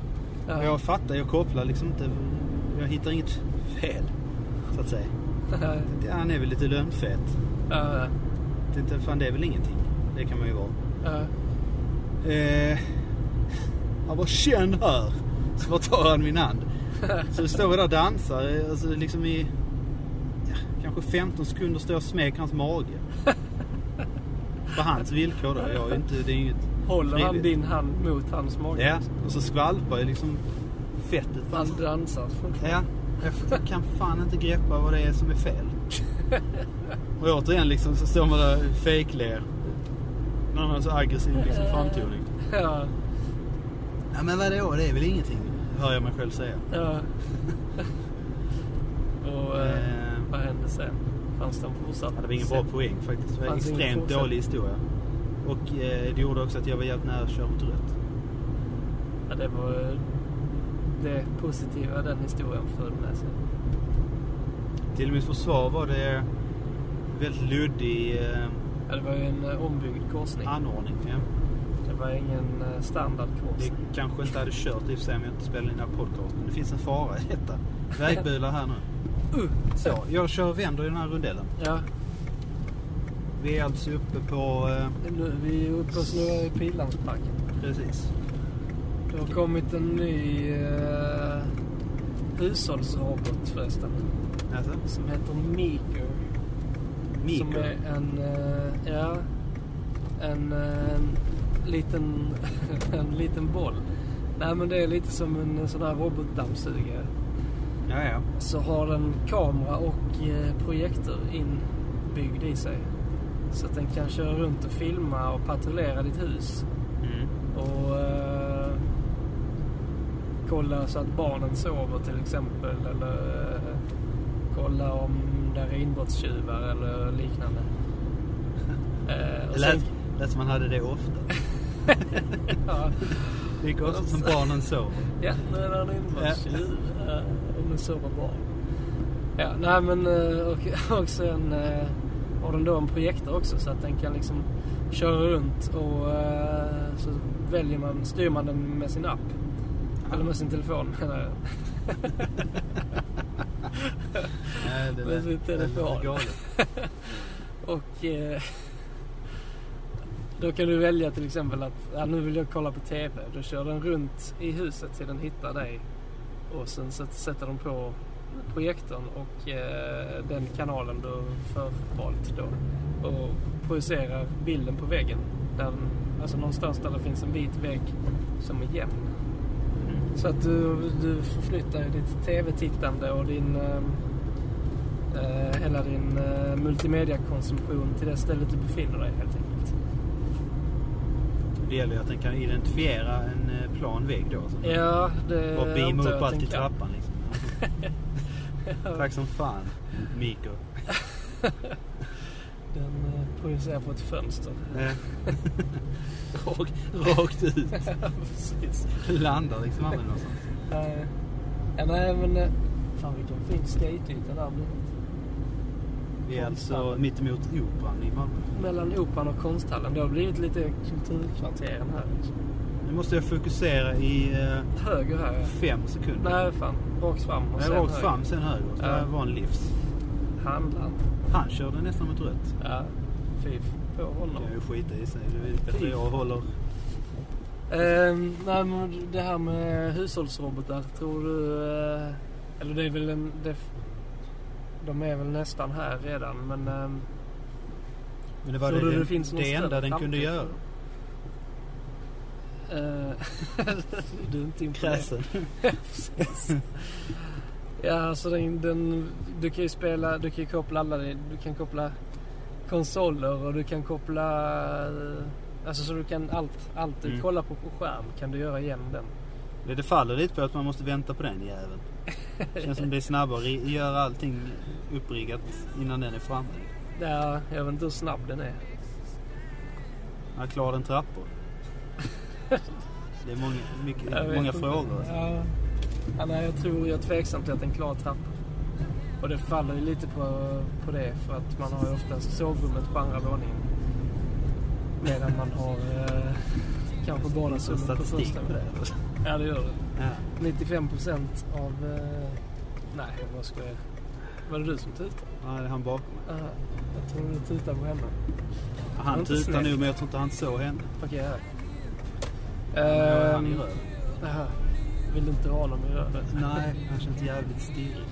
Speaker 2: Ja.
Speaker 1: Och jag fattar, jag kopplar liksom inte, jag hittar inget fel. Så att säga.
Speaker 2: Ja.
Speaker 1: Det- Han är väl lite lönnfet.
Speaker 2: Ja.
Speaker 1: Tänkte, fan det är väl ingenting. Det kan man ju vara.
Speaker 2: Ja.
Speaker 1: Eh, han var känn här. Så bara tar han min hand. Så vi står där och dansar. eh, Alltså liksom i ja, kanske 15 sekunder står jag och smeker hans mage. På hans villkor då. Jag är inte, det är inget
Speaker 2: Håller han
Speaker 1: frivilligt.
Speaker 2: din hand mot hans mage?
Speaker 1: Ja, och så skvalpar ju liksom fettet på hans
Speaker 2: Han dansar.
Speaker 1: Ja, jag kan fan inte greppa vad det är som är fel. Och återigen liksom så står man där och fejkler. När man har så aggressiv liksom framtoning.
Speaker 2: Ja,
Speaker 1: Ja men vadå, det är väl ingenting, hör jag mig själv säga.
Speaker 2: ja. Och eh,
Speaker 1: Eh.
Speaker 2: vad hände sen? Fanns den fortsatt?
Speaker 1: Ja, det var ingen bra poäng faktiskt. Det var en
Speaker 2: Fanns ingen
Speaker 1: extremt
Speaker 2: fortsättning.
Speaker 1: dålig historia. Och eh, det gjorde också att jag var jävligt nära att köra mot rött.
Speaker 2: Ja, det var eh, det positiva den historien förde med sig.
Speaker 1: Till mitt försvar var det väldigt luddig eh,
Speaker 2: Ja, det var ju en eh, ombyggd korsning.
Speaker 1: anordning. Ja.
Speaker 2: Det var ingen eh,
Speaker 1: Vi
Speaker 2: standardkorsning.
Speaker 1: kanske inte hade kört i och för sig om jag inte spelade in den här podcasten. Det finns en fara i detta. Vägbilar här nu. Så, jag kör vänder i den här rundellen.
Speaker 2: Uh! Ja,
Speaker 1: Vi är alltså uppe på... Eh,
Speaker 2: nu, vi är uppe och snurrar i Pildammsparken.
Speaker 1: precis.
Speaker 2: Det har kommit en ny eh, hushållsrobot förresten.
Speaker 1: Alltså,
Speaker 2: Som heter Meeker. Som
Speaker 1: Mikro.
Speaker 2: är en, eh, ja, en eh, liten, en liten boll. Nej men det är lite som en sån här robotdammsugare.
Speaker 1: Ja, ja.
Speaker 2: så har den kamera och eh, projektor inbyggd i sig. Så att den kan köra runt och filma och patrullera ditt hus.
Speaker 1: Mm.
Speaker 2: Och eh, kolla så att barnen sover till exempel. Eller eh, kolla om där är inbrottstjuvar eller liknande. Eh,
Speaker 1: Det
Speaker 2: och sen,
Speaker 1: lät, lät som man hade det ofta.
Speaker 2: ja,
Speaker 1: Det gick ofta som barnen sov.
Speaker 2: ja, nu är det en inbrottstjuv. eh, Och nu sover barn. Ja, nej men eh, och, och sen eh, har den då en projektor också så att den kan liksom köra runt och eh, så väljer man, styr man den med sin app. Eller med sin telefon menar jag.
Speaker 1: Nej, det
Speaker 2: Men så inte är det
Speaker 1: lite
Speaker 2: för
Speaker 1: galet.
Speaker 2: Och eh, då kan du välja till exempel att ja, nu vill jag kolla på TV. Då kör den runt i huset till den hittar dig. Och sen sätt- sätter de på projektorn och eh, den kanalen du förvalt då. Och projicerar bilden på väggen. Där, den- alltså någonstans där det finns en vit vägg som är jämn. Så att du, du förflyttar ju ditt tv-tittande och din, eh, eh, hela din eh, multimediakonsumtion till det stället du befinner dig helt enkelt.
Speaker 1: Det gäller ju att den kan identifiera en eh, plan vägg då. Så.
Speaker 2: Ja, det
Speaker 1: Och beama
Speaker 2: antar jag
Speaker 1: upp
Speaker 2: att
Speaker 1: allt i
Speaker 2: den kan.
Speaker 1: trappan liksom. Tack som fan, Mikro.
Speaker 2: Den eh, projicerar på ett fönster.
Speaker 1: Eh, Rakt, rakt ut.
Speaker 2: Precis.
Speaker 1: Landar liksom aldrig någonstans.
Speaker 2: Eh, ja, nej, men... eh, Fan vilken fin skateyta det här blir.
Speaker 1: Vi är alltså mittemot Operan i Malmö.
Speaker 2: Mellan Operan och konsthallen. Det har blivit lite kulturkvarteren här. Liksom.
Speaker 1: Nu måste jag fokusera i eh,
Speaker 2: Höger här ja.
Speaker 1: fem sekunder.
Speaker 2: Nej, fan. Rakt fram och
Speaker 1: Nej,
Speaker 2: sen
Speaker 1: rakt
Speaker 2: höger.
Speaker 1: fram, sen höger. Så
Speaker 2: Ja.
Speaker 1: Det var en livs.
Speaker 2: Handlar.
Speaker 1: Han körde nästan mot rött.
Speaker 2: Ja, fy på honom.
Speaker 1: Det kan ju skita i sig. Det är väl bättre jag håller.
Speaker 2: Ehm, nej, men det här med hushållsrobotar, tror du... eh, eller det är väl en... Det, de är väl nästan här redan, men... ehm,
Speaker 1: Men det var
Speaker 2: Tror
Speaker 1: det,
Speaker 2: du
Speaker 1: det,
Speaker 2: det finns någon större
Speaker 1: enda den kunde
Speaker 2: framtid?
Speaker 1: göra.
Speaker 2: eh, du är inte imponerad.
Speaker 1: Kräsen.
Speaker 2: Ja, alltså den, den, du kan ju spela, du kan ju koppla alla, du kan koppla konsoler och du kan koppla, eh, alltså så du kan allt, allt du
Speaker 1: Mm.
Speaker 2: kollar på på skärm kan du göra igen den.
Speaker 1: Det, det faller lite på att man måste vänta på den jäveln. Det känns som det är snabbare. i- Göra allting uppriggat innan den är framme.
Speaker 2: Ja, jag vet inte hur snabb den är.
Speaker 1: Jag klarar den trappor. Det är många, mycket,
Speaker 2: Jag vet
Speaker 1: många
Speaker 2: inte.
Speaker 1: frågor. alltså.
Speaker 2: Ja. Ja, nej, jag tror jag är tveksam till att den klarar trappor. Och det faller ju lite på, på det för att man har ju oftast sovrummet på andra våningen. Medan man har eh, kanske
Speaker 1: Så
Speaker 2: vardagsrummet på
Speaker 1: statistik
Speaker 2: första
Speaker 1: på det.
Speaker 2: våningen.
Speaker 1: alltså.
Speaker 2: Ja, det gör det.
Speaker 1: Ja.
Speaker 2: 95 procent av... Eh, nej, jag bara skojar. Var det du som tutade?
Speaker 1: Ja, det är han bakom mig.
Speaker 2: Aha, jag tror du tutade på henne.
Speaker 1: Han
Speaker 2: inte
Speaker 1: tutar
Speaker 2: snällt.
Speaker 1: nog men jag tror inte han såg henne.
Speaker 2: Okej, här.
Speaker 1: Ja, han är
Speaker 2: Ehm,
Speaker 1: röd.
Speaker 2: aha. Vill du inte ha honom i röret?
Speaker 1: Nej, han känns jävligt stirrig.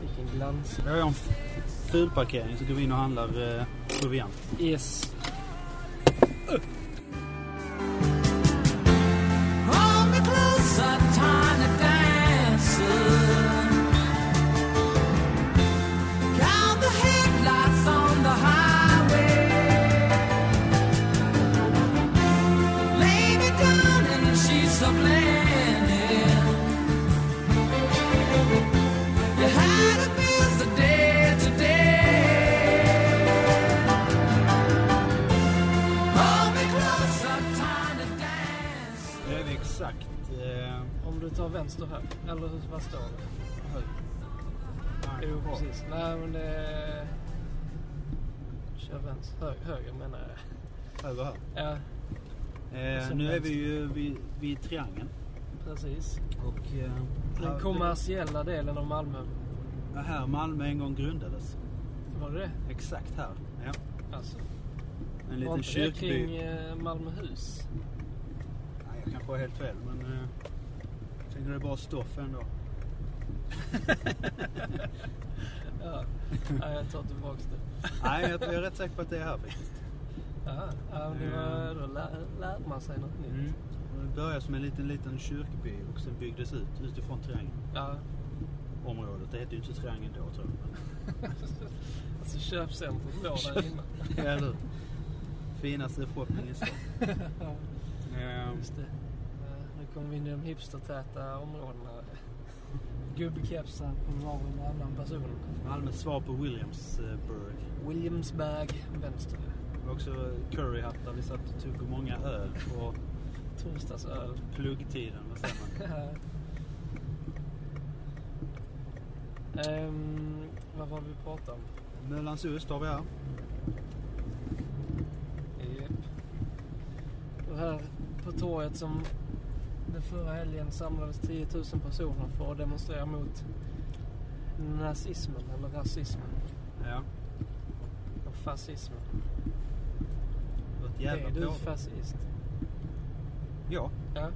Speaker 2: Vilken glans.
Speaker 1: Jag har en fulparkering så går vi in och handlar eh, proviant.
Speaker 2: Yes.
Speaker 4: Hold me closer, tiny dancer. Count the headlights on the highway. Lay me down in the sheets of linen. You had a busy day today. Hold me closer, tiny dancer.
Speaker 1: Det är exakt. Eh,
Speaker 2: Om du tar vänster här. Eller hur- vad står det? Jo,
Speaker 1: bra.
Speaker 2: precis. Nej, men det... Kör vänster. Hö- höger menar jag.
Speaker 1: Över här.
Speaker 2: Ja,
Speaker 1: Eh, nu är vi ju vid, vid triangeln.
Speaker 2: precis.
Speaker 1: Och, eh,
Speaker 2: Den kommersiella delen av Malmö.
Speaker 1: Ja, här Malmö en gång grundades.
Speaker 2: Var det det?
Speaker 1: Exakt här. Ja.
Speaker 2: Alltså,
Speaker 1: En
Speaker 2: var
Speaker 1: liten
Speaker 2: inte det
Speaker 1: kyrkby.
Speaker 2: kring eh, Malmöhus?
Speaker 1: Nej, jag kanske har helt fel men... Eh, jag tänker det är bra stoff ändå.
Speaker 2: Ja. ja, jag tar tillbaka det.
Speaker 1: Nej, jag, jag är rätt säker på att det är här faktiskt.
Speaker 2: Ja, ja, men det var, då lär, lärde man sig något nytt.
Speaker 1: Mm. Och Det började som en liten, liten kyrkby och sen byggdes ut utifrån triangeln.
Speaker 2: Ja.
Speaker 1: Området. Det hette ju inte triangeln då tror jag.
Speaker 2: Alltså köpcentret låg där innan.
Speaker 1: Ja, eller hur? Finaste shopping i stan. Ehm,
Speaker 2: Just det. Eh, Nu kommer vi in i de hipstertäta områdena. Gubbkepsar på var och varannan person.
Speaker 1: Malmös svar på Williamsburg.
Speaker 2: Williamsburg, vänster.
Speaker 1: Det var också curryhattar. Vi satt och tog många öl på
Speaker 2: Torsdagsöl.
Speaker 1: pluggtiden. Vad säger man?
Speaker 2: um, vad var det vi pratade om?
Speaker 1: Möllansost har vi här.
Speaker 2: Japp. Och här på torget som den förra helgen samlades 10 000 personer för att demonstrera mot nazismen eller rasismen
Speaker 1: Ja.
Speaker 2: och fascismen.
Speaker 1: Det var ett
Speaker 2: Är
Speaker 1: jävla
Speaker 2: du
Speaker 1: påhopp.
Speaker 2: fascist?
Speaker 1: Ja.
Speaker 2: Ja.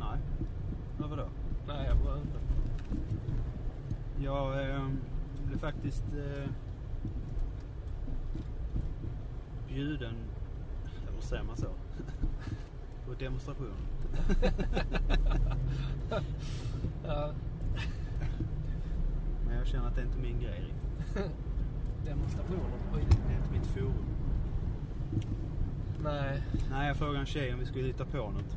Speaker 1: Nej. Men vadå?
Speaker 2: Nej, jag bara undrar.
Speaker 1: Jag ehm, blev faktiskt eh, bjuden, eller säger man så, på demonstration.
Speaker 2: Ja,
Speaker 1: Men jag känner att det är inte min grej riktigt.
Speaker 2: demonstrationer. Oj.
Speaker 1: Det är inte mitt forum.
Speaker 2: Nej.
Speaker 1: Nej, jag frågade en tjej om vi skulle hitta på något.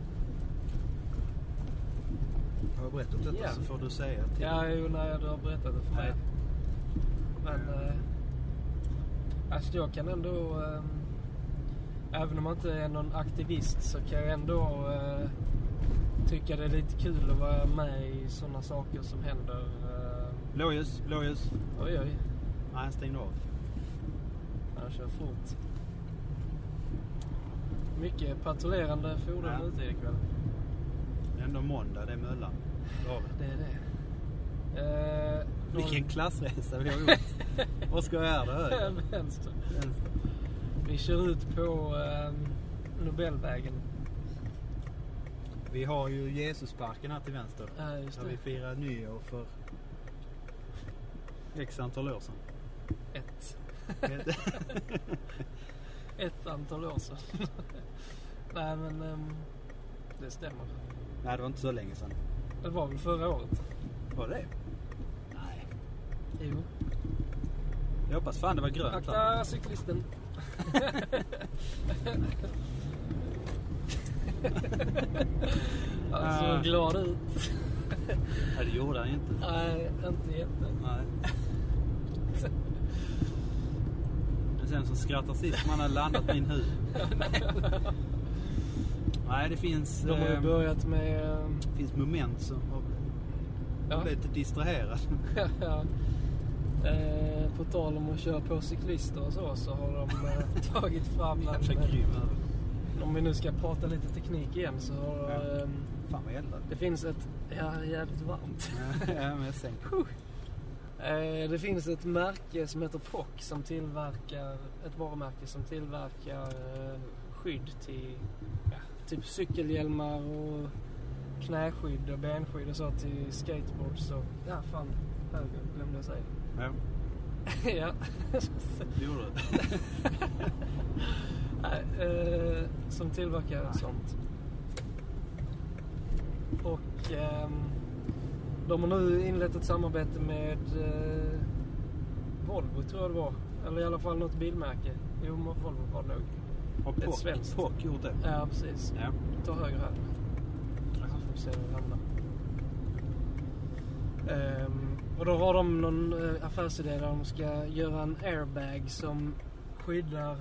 Speaker 1: Har jag berättat detta
Speaker 2: Ja.
Speaker 1: så får du säga till.
Speaker 2: Ja, jo, nej, du har berättat det för mig.
Speaker 1: Ja.
Speaker 2: Men eh, alltså jag kan ändå, eh, även om man inte är någon aktivist så kan jag ändå eh, tycka det är lite kul att vara med i sådana saker som händer. Eh,
Speaker 1: Blåljus, blåljus.
Speaker 2: oj, oj,
Speaker 1: Nej, han stängde av.
Speaker 2: han kör fort. Mycket patrullerande fordon
Speaker 1: Ja.
Speaker 2: ute ikväll.
Speaker 1: Det är ändå måndag, det är Möllan. Det har vi.
Speaker 2: Det är det. Eh,
Speaker 1: Vilken klassresa vi har gjort. Oskar Gärde höger.
Speaker 2: Vänster.
Speaker 1: Vänster.
Speaker 2: Vi kör ut på eh, Nobelvägen.
Speaker 1: Vi har ju Jesusparken här till vänster.
Speaker 2: Ja, just
Speaker 1: Där vi
Speaker 2: det.
Speaker 1: firar nyår för x antal år sedan.
Speaker 2: Ett,
Speaker 1: Det-
Speaker 2: ett antal år sedan. Nej men ehm, det stämmer.
Speaker 1: Nej, det var inte så länge sedan.
Speaker 2: Det var väl förra året?
Speaker 1: Var det Nej.
Speaker 2: Jo.
Speaker 1: Jag hoppas fan det var grönt här.
Speaker 2: Akta cyklisten. Han
Speaker 1: Ah.
Speaker 2: såg Alltså, glad ut.
Speaker 1: Nej, det gjorde han inte.
Speaker 2: Nej, inte jätte.
Speaker 1: Nej. Men sen som skrattar sist man har landat min hud. Nej, det finns,
Speaker 2: De har ju
Speaker 1: eh,
Speaker 2: börjat med... ehm,
Speaker 1: finns moment som har
Speaker 2: Ja.
Speaker 1: blivit distraherad.
Speaker 2: Ja. Eh, på tal om att köra på cyklister och så, så har de eh, tagit fram en...
Speaker 1: Jävla grym över.
Speaker 2: Om vi nu ska prata lite teknik igen så har
Speaker 1: Ja.
Speaker 2: ehm,
Speaker 1: Fan vad jag eldar.
Speaker 2: det finns ett... Ja, jävligt varmt.
Speaker 1: Ja, men jag sänker.
Speaker 2: Eh, det finns ett märke som heter POC som tillverkar... Ett varumärke som tillverkar eh, skydd till ja, typ cykelhjälmar och knäskydd och benskydd och så till skateboards. Så, ja, fan. Höger glömde jag säga.
Speaker 1: Ja,
Speaker 2: ja.
Speaker 1: det gjorde det.
Speaker 2: Nej, eh, som tillverkar sånt. Och ehm, de har nu inlett ett samarbete med eh, Volvo tror jag det var. Eller i alla fall något bilmärke. Jo, men Volvo var det nog.
Speaker 1: Har
Speaker 2: Ett
Speaker 1: Pock-
Speaker 2: svenskt.
Speaker 1: Pock gjort det?
Speaker 2: Ja, precis.
Speaker 1: Ja.
Speaker 2: Ta höger här. Så får vi se var vi hamnar. Ehm, och då har de någon eh, affärsidé där de ska göra en airbag som skyddar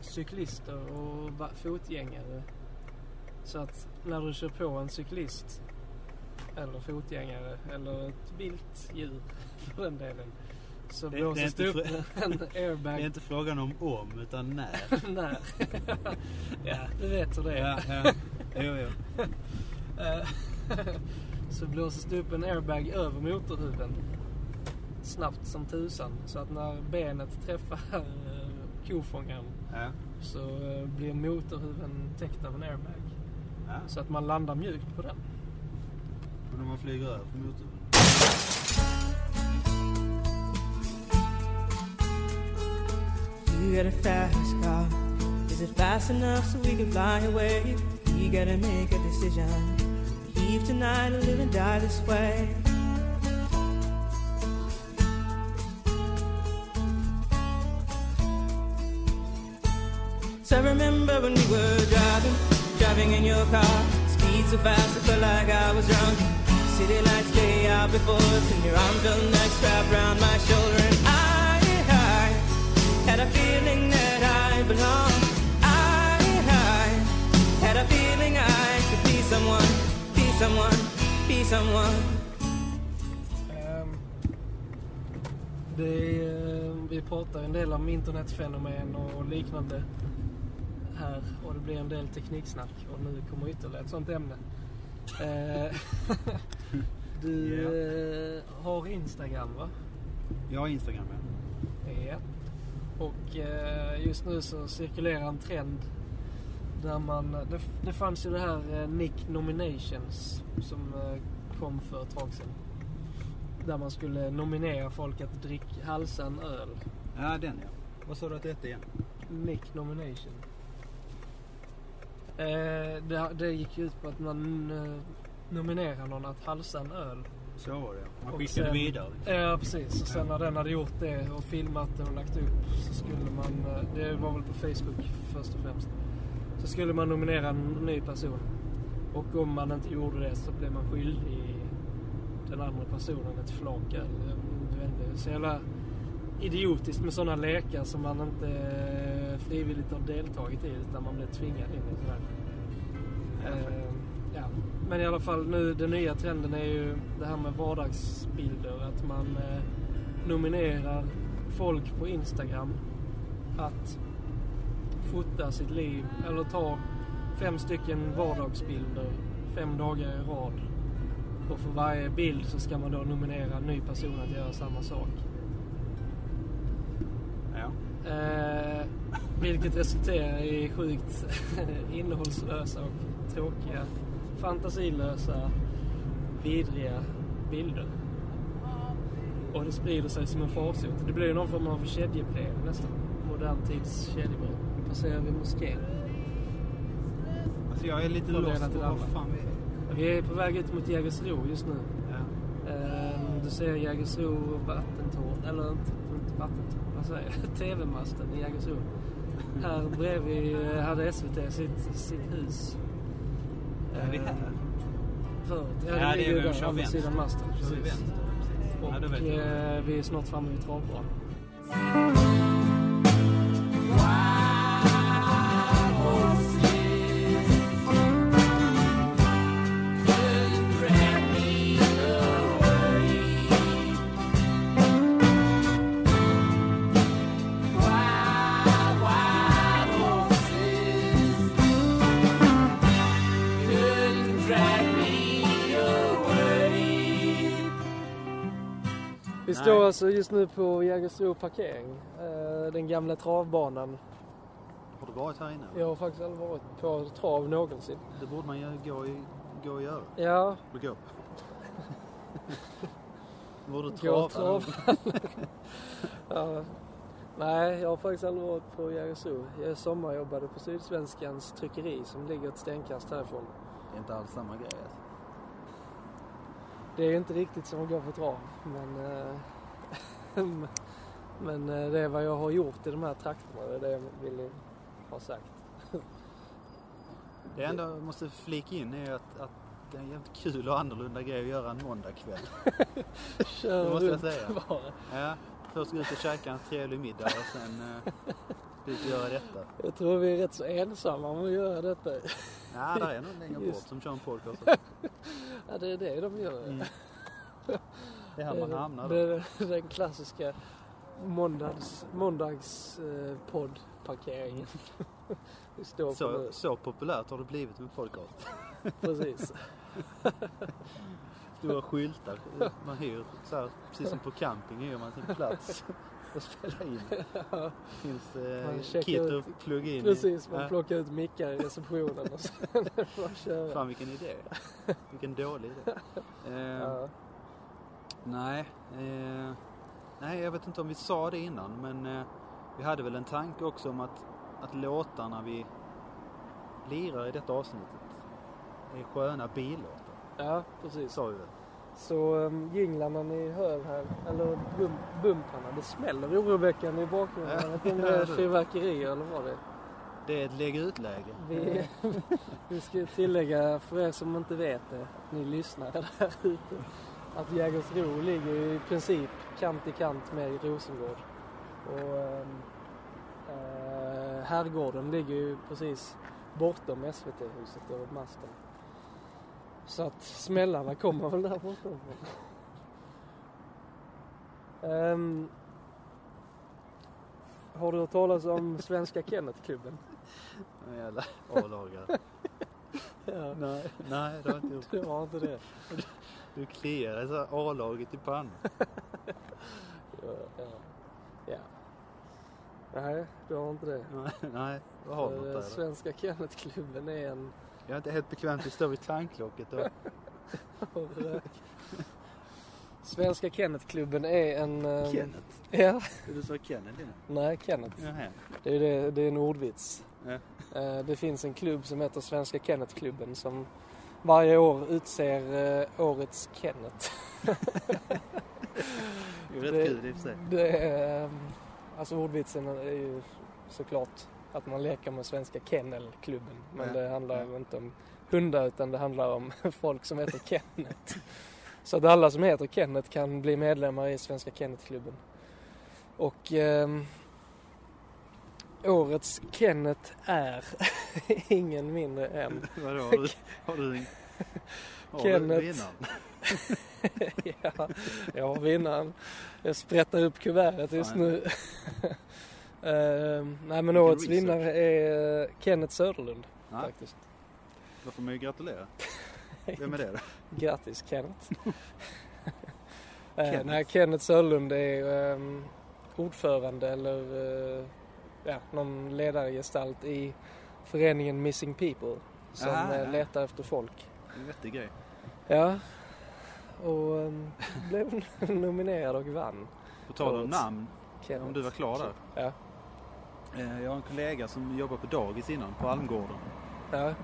Speaker 2: cyklister och va- fotgängare. Så att när du kör på en cyklist eller fotgängare eller ett vilt djur för den delen. Så
Speaker 1: Det- det är
Speaker 2: blåses det
Speaker 1: inte
Speaker 2: upp en
Speaker 1: Det
Speaker 2: airbag.
Speaker 1: är inte frågan om om, utan när.
Speaker 2: Nej. ja, du vet hur det är.
Speaker 1: ja, ja. Jo, jo.
Speaker 2: Eh, så blåses det upp en airbag över motorhuven snabbt som tusan. Så att när benet träffar eh, kofångaren
Speaker 1: Ja.
Speaker 2: så eh, blir motorhuven täckt av en airbag.
Speaker 1: Ja.
Speaker 2: Så att man landar mjukt på den.
Speaker 1: Men om man flyger över på motorn?
Speaker 5: You got a fast car. Is it fast enough so we can fly away? You gotta make a decision. Leave tonight or live and die this way. So I remember when we were driving, driving in your car. Speed so fast I felt like I was drunk. City lights day out before us, and your arm felt nice wrapped around my shoulder. And I, I had a feeling that I belonged. I, I had a feeling I could be someone, be someone, be someone.
Speaker 2: Ehm, det är, eh, vi pratar en del om internetfenomen och liknande här och det blir en del tekniksnack och nu kommer ytterligare ett sånt ämne. Eh, du eh, har Instagram va?
Speaker 1: Jag har Instagram, ja.
Speaker 2: Ja. Och eh, just nu så cirkulerar en trend där man... eh, Det, det fanns ju det här eh, Nick Nominations som eh, kom för ett tag sedan. Där man skulle nominera folk att dricka, halsa en öl.
Speaker 1: Ja, den ja. Vad sa du att det hette igen?
Speaker 2: Nick Nomination. Eh, det, det gick ju ut på att man eh, nominerar någon att halsa en öl.
Speaker 1: Så var det ja. Man
Speaker 2: Och
Speaker 1: skickade
Speaker 2: sen-
Speaker 1: vidare. Liksom.
Speaker 2: Ja precis. Och sen
Speaker 1: Ja.
Speaker 2: när den hade gjort det och filmat det och lagt upp så skulle man, eh, det var väl på Facebook först och främst, så skulle man nominera en ny person. Och om man inte gjorde det så blev man skyldig den andra personen ett flak öl. Jag vet inte, Det är så jävla idiotiskt med sådana lekar som man inte eh, frivilligt har deltagit i utan man blir tvingad in i sådär. Eh, ja. Men i alla fall nu, den nya trenden är ju det här med vardagsbilder. Att man eh, nominerar folk på Instagram att fota sitt liv eller ta fem stycken vardagsbilder fem dagar i rad. Och för varje bild så ska man då nominera en ny person att göra samma sak.
Speaker 1: Ja.
Speaker 2: Eh, vilket resulterar i sjukt innehållslösa och tråkiga, fantasilösa, vidriga bilder. Och det sprider sig som en farsot. Det blir ju någon form av kedjebrev nästan. Modern tids kedjebrev. Passerar vi moskén.
Speaker 1: Alltså jag är lite
Speaker 2: Från det
Speaker 1: lost
Speaker 2: ena
Speaker 1: på
Speaker 2: till det
Speaker 1: vad
Speaker 2: andra.
Speaker 1: fan vi är.
Speaker 2: Vi är på väg ut mot Jägersro just nu.
Speaker 1: Ja.
Speaker 2: Eh, du ser Jägersro och vattentorn, eller inte, inte vattentorn, vad säger jag? TV-masten i Jägersro. Här bredvid eh, hade SVT sitt, sitt hus.
Speaker 1: Ja, det är här.
Speaker 2: Förut. Ja,
Speaker 1: Ja, det
Speaker 2: det
Speaker 1: är
Speaker 2: ligger ju
Speaker 1: vi
Speaker 2: där,
Speaker 1: kör
Speaker 2: andra
Speaker 1: vänster.
Speaker 2: sidan masten.
Speaker 1: Så vi
Speaker 2: Precis.
Speaker 1: vänster, precis. Ja,
Speaker 2: Och
Speaker 1: då vet jag.
Speaker 2: eh, vi är snart framme vid travbanan. Vi står alltså just nu på Jägersro parkering. eh, Den gamla travbanan.
Speaker 1: Har du varit här innan?
Speaker 2: Jag har faktiskt aldrig varit på trav någonsin.
Speaker 1: Det borde man ju gå, i, gå och göra.
Speaker 2: Ja,
Speaker 1: Och gå. borde
Speaker 2: gå och
Speaker 1: trava.
Speaker 2: trava. ja. Nej, jag har faktiskt aldrig varit på Jägersro. Jag sommarjobbade på Sydsvenskans tryckeri som ligger ett stenkast härifrån.
Speaker 1: Det är inte alls samma grej alltså.
Speaker 2: Det är inte riktigt som att gå på trav, men, eh, men eh, det är vad jag har gjort i de här trakterna. Det är det jag vill ha sagt.
Speaker 1: Det enda jag måste flika in är att, att det är en jävligt kul och annorlunda grej att göra en måndagkväll.
Speaker 2: Kör
Speaker 1: Det måste jag
Speaker 2: runt
Speaker 1: säga.
Speaker 2: bara.
Speaker 1: Ja, först gå ut och käka en trevlig middag och sen eh, gå ut och göra detta.
Speaker 2: Jag tror vi är rätt så ensamma om att göra detta.
Speaker 1: Nej, där är någon längre bort
Speaker 2: Just.
Speaker 1: som kör en podcast.
Speaker 2: Ja, det är det de gör.
Speaker 1: Mm. Det är här
Speaker 2: Det är
Speaker 1: man
Speaker 2: den-
Speaker 1: hamnar
Speaker 2: Eh, Det
Speaker 1: då.
Speaker 2: är den- den klassiska måndags, måndags eh, poddparkeringen. Vi står på
Speaker 1: Så,
Speaker 2: nu,
Speaker 1: så populärt har det blivit med podcast.
Speaker 2: precis.
Speaker 1: Stora skyltar. Man hyr, så här, precis som på camping, hyr man sin plats och spelar in. Finns eh,
Speaker 2: Man checkar
Speaker 1: kit
Speaker 2: ut-
Speaker 1: att plugga in i.
Speaker 2: Precis,
Speaker 1: Ja.
Speaker 2: man plockar ut mickar i receptionen och sen är det bara att köra.
Speaker 1: Fan vilken idé. Vilken dålig idé. Eh,
Speaker 2: Ja.
Speaker 1: Nej. Eh, nej, jag vet inte om vi sa det innan men eh, vi hade väl en tanke också om att, att låtarna vi lirar i detta avsnittet är sköna billåtar.
Speaker 2: ja, precis.
Speaker 1: Sa vi väl?
Speaker 2: Så um, jinglarna ni hör här, eller bum, bumparna, det smäller oroväckande i bakgrunden.
Speaker 1: Ja.
Speaker 2: Jag vet inte om det
Speaker 1: Ja,
Speaker 2: är
Speaker 1: det-
Speaker 2: fyrverkerier eller vad det är.
Speaker 1: Det är ett lägga ut-läge.
Speaker 2: Vi, vi ska tillägga för er som inte vet det, ni lyssnare där ute, att Jägersro ligger i princip kant i kant med Rosengård. Och ehm, eh, Herrgården ligger ju precis bortom SVT-huset och masten. Så att smällarna kommer väl där borta. Ehm, har du hört talas om Svenska Kennetklubben?
Speaker 1: En jävla A-lagare.
Speaker 2: Ja.
Speaker 1: nej, nej, det var inte gjort.
Speaker 2: Det var inte det.
Speaker 1: Du kliade så här A-laget i pannan.
Speaker 2: Ja. ja. ja. Nej, du har inte det.
Speaker 1: Nej, nej, vad har du något
Speaker 2: För,
Speaker 1: där?
Speaker 2: eh,
Speaker 1: då?
Speaker 2: Svenska Kennetklubben är en...
Speaker 1: Jag är inte helt bekväm till att stå vid tanklocket och
Speaker 2: av rök. Svenska Kennetklubben är en... ehm,
Speaker 1: Kenneth.
Speaker 2: Ja,
Speaker 1: Du sa Kenneth innan.
Speaker 2: nej Kenneth.
Speaker 1: Jaha.
Speaker 2: Det är, det, det är en ordvits.
Speaker 1: Ja.
Speaker 2: Eh, Det finns en klubb som heter Svenska Kennetklubben som varje år utser eh, årets Kenneth.
Speaker 1: Det är rätt
Speaker 2: Det-
Speaker 1: kul i och för sig.
Speaker 2: Det är, ehm, alltså ordvitsen är ju såklart att man leker med svenska kennelklubben. Men
Speaker 1: Ja,
Speaker 2: det handlar
Speaker 1: ja.
Speaker 2: inte om hundar utan det handlar om folk som heter Kenneth. Så att alla som heter Kenneth kan bli medlemmar i Svenska Kennetklubben. Och ehm, årets Kenneth är ingen mindre än
Speaker 1: Vadå, har du, har du en... Har du
Speaker 2: Kenneth.
Speaker 1: vinnaren?
Speaker 2: ja, ja, vinnaren. Jag sprättar upp kuvertet just
Speaker 1: Fan.
Speaker 2: nu. Eh, nej men
Speaker 1: Vilken
Speaker 2: årets
Speaker 1: research.
Speaker 2: vinnare är eh, Kenneth Söderlund
Speaker 1: Nej,
Speaker 2: faktiskt.
Speaker 1: då får man ju gratulera. Vem är det då?
Speaker 2: Grattis Kenneth. Eh,
Speaker 1: Kenneth.
Speaker 2: Nej, Kenneth Söderlund är ehm, ordförande eller eh, ja, någon ledargestalt i föreningen Missing People som
Speaker 1: Aha,
Speaker 2: eh,
Speaker 1: ja.
Speaker 2: letar efter folk.
Speaker 1: En vettig grej.
Speaker 2: Ja, och ehm, blev nominerad och vann.
Speaker 1: På tal om
Speaker 2: Årets
Speaker 1: namn,
Speaker 2: Kenneth.
Speaker 1: om du var klar där.
Speaker 2: Ja.
Speaker 1: Eh, Jag har en kollega som jobbar på dagis innan, på Almgården.
Speaker 2: Ja,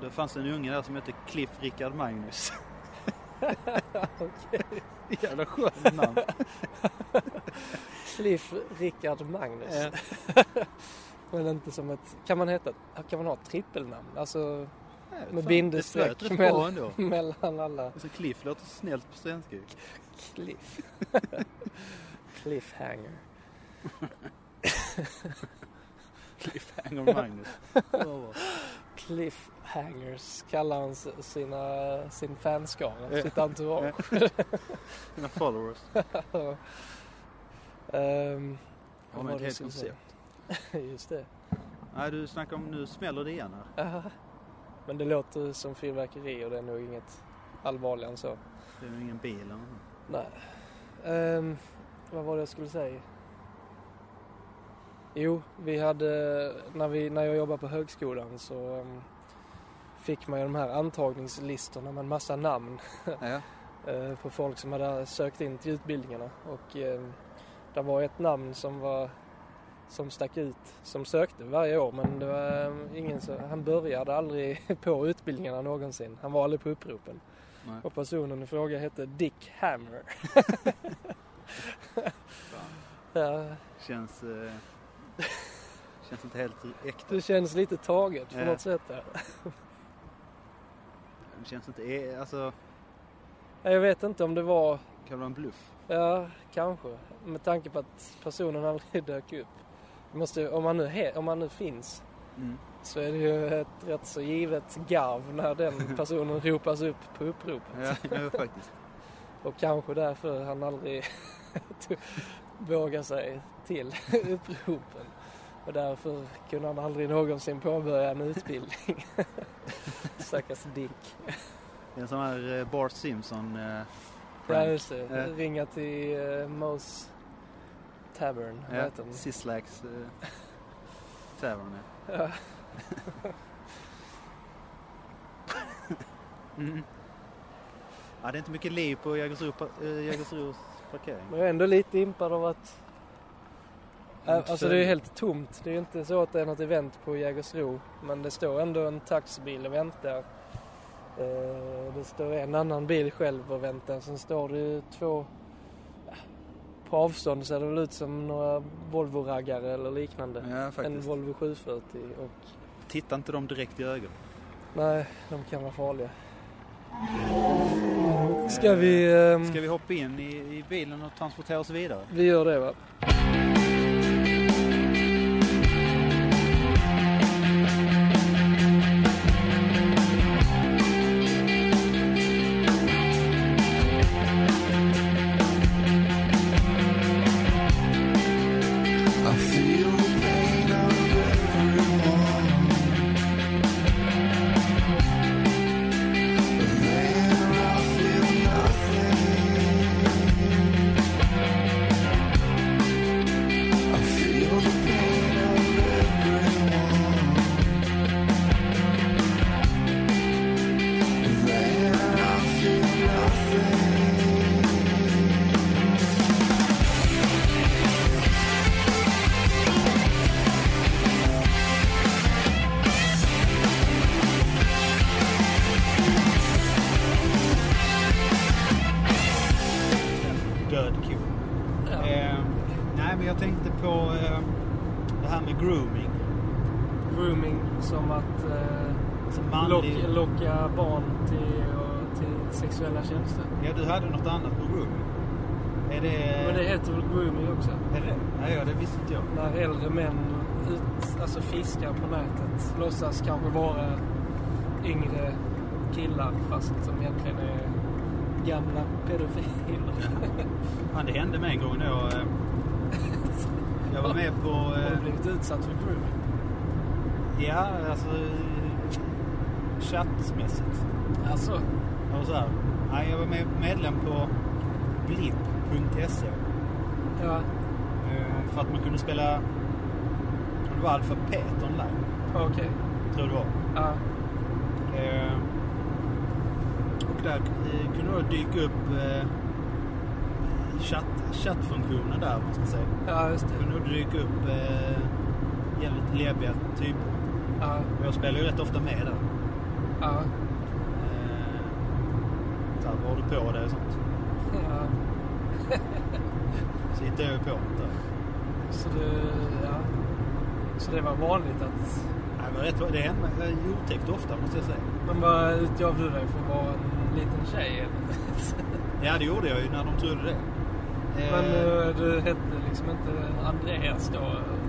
Speaker 1: Det fanns en unge där som hette Cliff Rickard Magnus.
Speaker 2: okej.
Speaker 1: Jävla skönt namn.
Speaker 2: Cliff Rickard Magnus.
Speaker 1: Eh,
Speaker 2: Men inte som ett... Kan man, heta, kan man ha ett trippelnamn? Alltså
Speaker 1: nej,
Speaker 2: Med
Speaker 1: fan,
Speaker 2: bindestreck
Speaker 1: Det flöt rätt
Speaker 2: mellan-
Speaker 1: bra ändå.
Speaker 2: mellan alla...
Speaker 1: Alltså, Cliff låter snällt på svenska ju.
Speaker 2: Cliff. Cliffhanger.
Speaker 1: Cliffhanger Magnus. Så bra.
Speaker 2: Cliffhangers kallar han s- sina, sin fanskara,
Speaker 1: Ja.
Speaker 2: sitt entourage.
Speaker 1: Eh, Mina followers.
Speaker 2: Ehm,
Speaker 1: Ja,
Speaker 2: vad
Speaker 1: men
Speaker 2: var
Speaker 1: ett helt
Speaker 2: det jag skulle säga? Just det.
Speaker 1: Nej, du snackar om nu smäller det igen här.
Speaker 2: Aha. Men det låter som fyrverkeri och det är nog inget allvarligare än så.
Speaker 1: Det är ju ingen bil eller något.
Speaker 2: Nej. Ehm, vad var det jag skulle säga? Jo, vi hade, när, vi, när jag jobbade på högskolan så ehm, fick man ju de här antagningslistorna med en massa namn
Speaker 6: Ja.
Speaker 2: eh, på folk som hade sökt in till utbildningarna. Och ehm, det var ett namn som var som stack ut, som sökte varje år men det var ehm, ingen som, han började aldrig på utbildningarna någonsin. Han var aldrig på uppropen.
Speaker 6: Nej.
Speaker 2: Och personen i fråga hette Dick Hammer. ja,
Speaker 6: Känns... Eh, känns inte helt äkta.
Speaker 2: det känns lite taget på
Speaker 6: Ja.
Speaker 2: något sätt där.
Speaker 6: Det känns inte... eh, Alltså,
Speaker 2: Ja, Jag vet inte om det var,
Speaker 6: kan det vara en bluff?
Speaker 2: ja kanske, med tanke på att personen aldrig dök upp. Det Måste, om, han nu he, om han nu finns
Speaker 6: Mm.
Speaker 2: så är det ju ett rätt så givet garv när den personen ropas upp på uppropet.
Speaker 6: Ja, ja, faktiskt.
Speaker 2: Och kanske därför han aldrig tog- vågar sig till uppropen. Och därför kunde han aldrig någonsin påbörja en utbildning. Stackars Dick.
Speaker 6: Det är en sån här eh, Bart Simpson... Eh,
Speaker 2: Ja,
Speaker 6: prank.
Speaker 2: just det.
Speaker 6: Ja.
Speaker 2: Ringa till uh, Mose Tavern. vad
Speaker 6: Ja,
Speaker 2: heter den?
Speaker 6: Sislaks eh, Tavern. ja.
Speaker 2: Ja.
Speaker 6: mm. Ja, det är inte mycket liv på Jägersro, eh, Jägersros parkering.
Speaker 2: Men jag är ändå lite impad av att...
Speaker 6: Mm,
Speaker 2: Alltså
Speaker 6: så-
Speaker 2: det är ju helt tomt. Det är ju inte så att det är något event på Jägersro. Men det står ändå en taxibil och väntar. Eh, Det står en annan bil själv och väntar. Sen står det ju två... ja, På avstånd ser det väl ut som några Volvo-raggare eller liknande.
Speaker 6: Ja,
Speaker 2: en
Speaker 6: faktiskt.
Speaker 2: Volvo 740 och...
Speaker 6: Titta inte dem direkt i ögonen.
Speaker 2: Nej, de kan vara farliga. Ska vi... ehm,
Speaker 6: Mm. Ska vi hoppa in i, i bilen och transportera oss vidare?
Speaker 2: Vi gör det va?
Speaker 1: Död ko. Eh, nej, men jag tänkte på eh, det här med grooming.
Speaker 2: Grooming som att eh,
Speaker 1: Alltså
Speaker 2: lock,
Speaker 1: manlig...
Speaker 2: locka barn till, och, till sexuella tjänster.
Speaker 1: Ja, du hade något annat på grooming. Är det...
Speaker 2: Men det heter väl grooming också?
Speaker 1: Är det det? Nej, ja, det visste inte jag.
Speaker 2: När äldre män ut, alltså fiskar på nätet låtsas kanske vara yngre killar fast som egentligen är gamla pedofiler.
Speaker 1: Fan, det hände mig en gång när jag... eh, Jag var med på...
Speaker 2: Har du
Speaker 1: eh,
Speaker 2: blivit utsatt för grooming?
Speaker 1: Ja, alltså... eh, Chattmässigt.
Speaker 2: Alltså,
Speaker 1: Jag var så här. Nej, jag var med, medlem på blipp.se.
Speaker 2: ja.
Speaker 1: eh, För att man kunde spela... jag tror Det var alfabet online.
Speaker 2: Okej.
Speaker 1: Tror det var.
Speaker 2: Ja.
Speaker 1: Eh, Och där eh, kunde då dyka upp eh, chatt, chattfunktionen där, vad man ska säga.
Speaker 2: ja, just det.
Speaker 1: kunde då dyka upp eh, jävligt lebiga typer.
Speaker 2: Ja,
Speaker 1: Och jag spelar ju rätt ofta med där.
Speaker 2: ja,
Speaker 1: Eh, så här, vad har du på dig och sånt.
Speaker 2: ja.
Speaker 1: Så hittade jag ju på det där.
Speaker 2: Så det, ja. Så det var vanligt att...
Speaker 1: Nej, men rätt, vad- det hände mig eh, otäckt ofta måste jag säga.
Speaker 2: Men vad utgav du dig för att vara en liten tjej? eller?
Speaker 1: Ja, det gjorde jag ju när de trodde det. Eh,
Speaker 2: Men eh, du hette liksom inte Andreas då?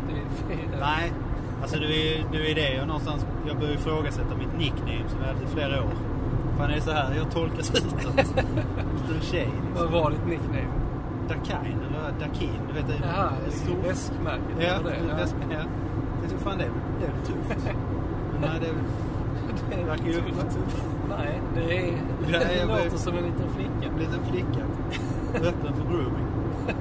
Speaker 2: Det är fel.
Speaker 1: Nej, alltså det är, det är det jag någonstans... Jag började ifrågasätta mitt nickname som jag hade i flera år. Fan, det är så här jag tolkas utåt. Liten tjej.
Speaker 2: Vad var ditt nickname?
Speaker 1: Dakain eller Dakin, du vet. det-
Speaker 2: Jaha,
Speaker 1: det är stor-
Speaker 2: väskmärket?
Speaker 1: Ja,
Speaker 2: var
Speaker 1: det, ja.
Speaker 2: det.
Speaker 1: ja. Det är fan det. Det är väl tufft. Men nej, det är väl...
Speaker 2: Det är
Speaker 1: verkar ju-
Speaker 2: tufft. Typ. Nej, det, är,
Speaker 1: Ja,
Speaker 2: det
Speaker 1: jag
Speaker 2: låter
Speaker 1: vet.
Speaker 2: som en liten flicka.
Speaker 1: En liten flicka. Öppen för grooming. Eh,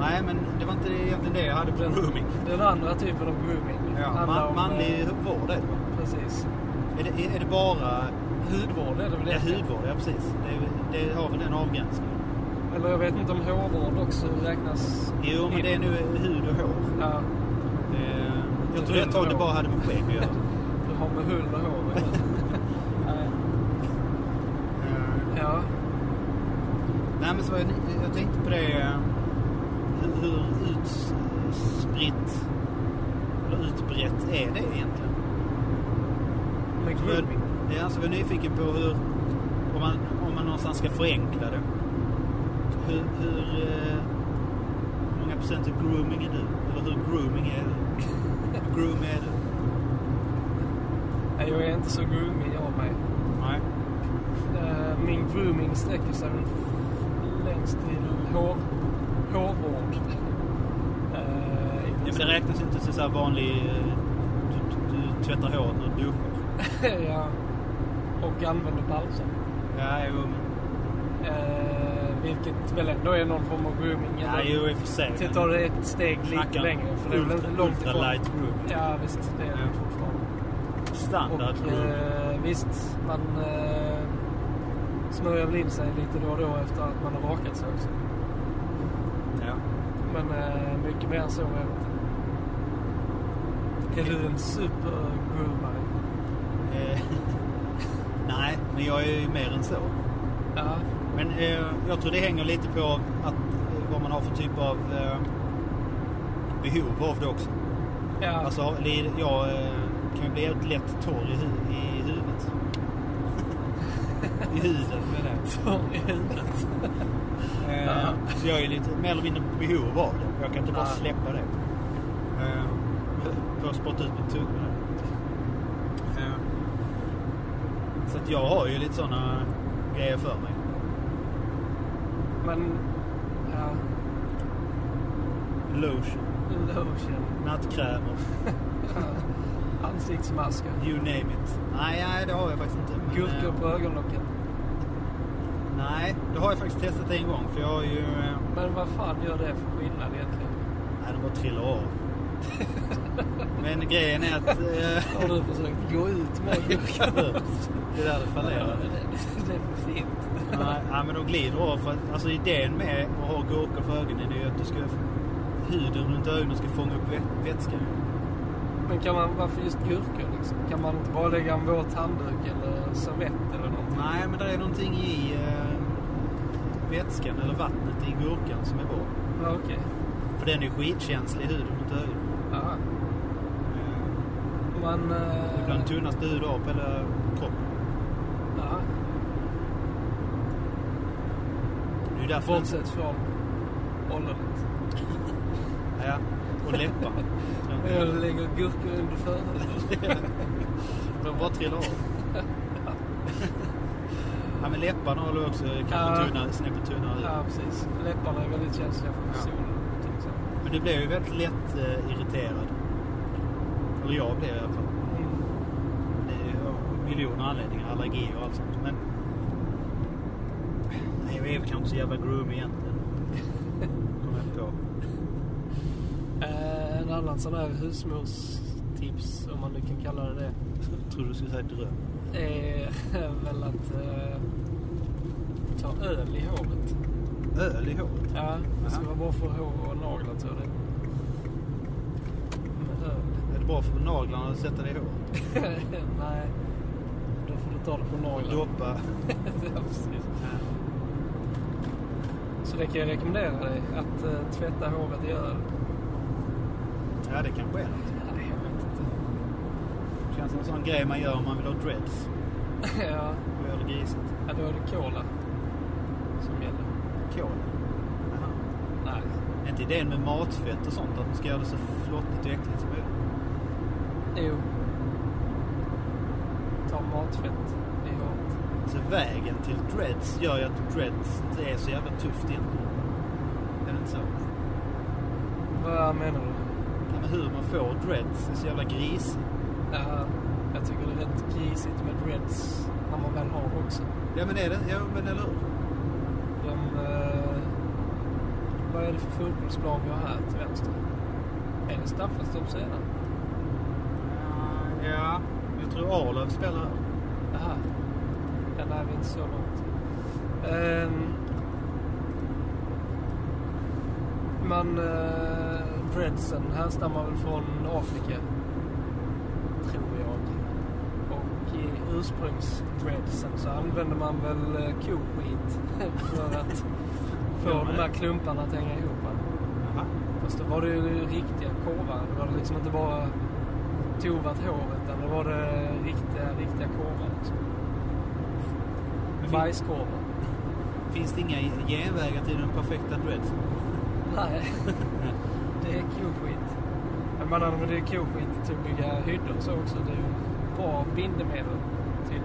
Speaker 1: Nej, men det var inte egentligen det jag hade på grooming.
Speaker 2: Typ Den andra typen av grooming.
Speaker 1: Ja,
Speaker 2: handlar
Speaker 1: man,
Speaker 2: om,
Speaker 1: manlig vård är det va?
Speaker 2: eh, Precis.
Speaker 1: Är det, är, är det bara
Speaker 2: Hudvård är det väl
Speaker 1: det är
Speaker 2: egentligen?
Speaker 1: hudvård? Ja, precis. Det, är- det har väl den avgränsningen?
Speaker 2: Eller jag vet inte om hårvård också räknas
Speaker 1: Jo, men
Speaker 2: in.
Speaker 1: det är nu hud och hår.
Speaker 2: Ja,
Speaker 1: Eh, jag trodde ett tag det bara hade med skägg att göra.
Speaker 2: du har med hull och hår att göra. Nej.
Speaker 1: Eh,
Speaker 2: Ja,
Speaker 1: Nej, men så var jag, jag tänkte på det eh, hur, hur utspritt eller utbrett är det egentligen?
Speaker 2: med
Speaker 1: Så
Speaker 2: grooming.
Speaker 1: Jag, jag, alltså, jag är nyfiken på hur, om man, om man någonstans ska förenkla det. Hur, hur, eh, hur många procent av grooming är du? Eller hur grooming är du? Groom är du?
Speaker 2: Nej, jag är inte så groomig av mig.
Speaker 1: Nej.
Speaker 2: Eh, Min grooming sträcker sig väl längst till hår, hårvård. Eh, i
Speaker 1: Ja, men det räknas inte till så här vanlig... eh, Du, du, du tvättar håret när du duschar.
Speaker 2: princip. ja. Och använder balsam.
Speaker 1: Ja, jo, men...
Speaker 2: Eh, vilket väl ändå är någon form av grooming.
Speaker 1: Ja, jo, i och för sig.
Speaker 2: Till att ta det ett steg lite
Speaker 1: Snackar
Speaker 2: längre. För det är väl inte
Speaker 1: ultra-
Speaker 2: långt ifrån.
Speaker 1: ultralight grooming.
Speaker 2: Ja, visst. Det är det
Speaker 1: Ja.
Speaker 2: fortfarande.
Speaker 1: Standard
Speaker 2: Och
Speaker 1: grooming.
Speaker 2: eh, visst, man eh, smörjer väl in sig lite då och då efter att man har rakat sig också.
Speaker 1: Ja.
Speaker 2: Men eh, mycket mer än så är det inte. Är du en supergroomare?
Speaker 1: Eh, Nej, men jag är ju mer än så.
Speaker 2: Ja.
Speaker 1: Men eh, jag tror det hänger lite på att, eh, vad man har för typ av eh, behov av det också.
Speaker 2: ja.
Speaker 1: Alltså, li- jag eh, kan ju bli helt lätt torr i, hu- i huvudet. I huden, menar jag.
Speaker 2: Torr i huvudet.
Speaker 1: Eh, Så jag är lite mer eller mindre på behov av det. Jag kan inte bara
Speaker 2: Ja.
Speaker 1: släppa det. Eh, För att spotta ut min tunga. där. Eh, Så att jag har ju lite sådana grejer för mig.
Speaker 2: Men, ja.
Speaker 1: Lotion,
Speaker 2: Lotion.
Speaker 1: nattkrämer,
Speaker 2: Ansiktsmasker.
Speaker 1: you name it. Nej, nej, det har jag faktiskt inte. men,
Speaker 2: Gurkor
Speaker 1: eh,
Speaker 2: på ögonlocken.
Speaker 1: Nej, det har jag faktiskt testat en gång. För jag har ju... eh,
Speaker 2: Men vad fan gör det för skillnad egentligen?
Speaker 1: Nej, de bara trillar av. Men grejen är att... eh,
Speaker 2: Har du försökt gå ut med gurkan?
Speaker 1: det är där det fallerar.
Speaker 2: det är för fint.
Speaker 1: Nej, nej, men de glider av. För att, alltså idén med att ha gurka för ögonen är ju att du ska, huden runt ögonen ska fånga upp vä- vätska.
Speaker 2: Men kan man, varför just gurkor liksom? Kan man inte bara lägga en våt handduk eller servett eller någonting?
Speaker 1: Nej, men det är någonting i eh, vätskan eller vattnet i gurkan som är bra.
Speaker 2: Ja, okej.
Speaker 1: För den är ju skitkänslig, huden runt ögonen.
Speaker 2: Ja.
Speaker 1: Eh,
Speaker 2: Man...
Speaker 1: det är
Speaker 2: Eh,
Speaker 1: bland den tunnaste hud du har på hela kroppen.
Speaker 2: ja,
Speaker 1: Det är ju därför...
Speaker 2: bortsett från ollonet.
Speaker 1: Ja, och läpparna.
Speaker 2: Jag lägger gurkor under förhuden.
Speaker 1: De bara trillar av. Ja, men läpparna håller också
Speaker 2: Ja.
Speaker 1: kanske tunnare, snäppet tunnare ut.
Speaker 2: Ja, precis. Läpparna är väldigt känsliga för
Speaker 1: Ja.
Speaker 2: solen till exempel.
Speaker 1: Men du blir ju väldigt lätt eh, irriterad. Eller jag blir i alla fall.
Speaker 2: Mm.
Speaker 1: Det är ju av miljoner anledningar, allergier och allt sånt. Men... Nej, jag är väl kanske inte så jävla groom egentligen. Kommer jag på.
Speaker 2: Eh, en annan sån här husmorstips, om man nu kan kalla det det.
Speaker 1: Jag trodde du skulle säga dröm.
Speaker 2: är väl att eh, ta öl i håret.
Speaker 1: Öl i håret.
Speaker 2: Ja, det ska
Speaker 1: Aha.
Speaker 2: vara bra för hår och naglar tror jag det. Men öl?
Speaker 1: Är det bra för naglarna att sätta det i håret?
Speaker 2: Nej, då får du ta det på naglarna.
Speaker 1: Doppa?
Speaker 2: ja, precis. Så det kan jag rekommendera dig, att eh, tvätta håret i öl.
Speaker 1: Ja, det kanske är något.
Speaker 2: Nej, jag vet inte.
Speaker 1: Det känns som en sån grej man gör om man vill ha dreads.
Speaker 2: ja,
Speaker 1: Då är det grisigt.
Speaker 2: ja, då är det cola som gäller.
Speaker 1: Kol. Jaha.
Speaker 2: Nej,
Speaker 1: Är inte idén med matfett och sånt att man ska göra det så flottigt och äckligt som möjligt?
Speaker 2: jo. Ta matfett i håret.
Speaker 1: Så Alltså, vägen till dreads gör ju att dreads inte är så jävla tufft egentligen. Är det inte så?
Speaker 2: Vad menar du?
Speaker 1: Ja, men hur man får dreads är så jävla grisigt.
Speaker 2: Ja, jag tycker det är rätt grisigt med dreads när man väl har också.
Speaker 1: Ja men är det? Ja men eller hur?
Speaker 2: De, eh, vad är det för fotbollsplan vi har här till vänster? Är det Staffanstorps arena?
Speaker 1: Ja, jag tror Arlöv spelar.
Speaker 2: Jaha. Den är vi inte så långt. Ehm, man... Eh, Bredsen härstammar väl från Afrika. Tror jag. Och i ursprungs-Bredsen så använder man väl eh, koskit för att få de här klumparna att hänga ihop.
Speaker 1: Jaha.
Speaker 2: Fast då var det ju riktiga korvar. Det var det liksom inte bara tovat hår utan då var det riktiga, riktiga korvar. Liksom. Bajskorvar.
Speaker 1: Finns det inga genvägar till den perfekta dreadsen?
Speaker 2: Nej, det är koskit. Jag menar, men det är koskit till att bygga hyddor och så också. Det är ju bra bindemedel till.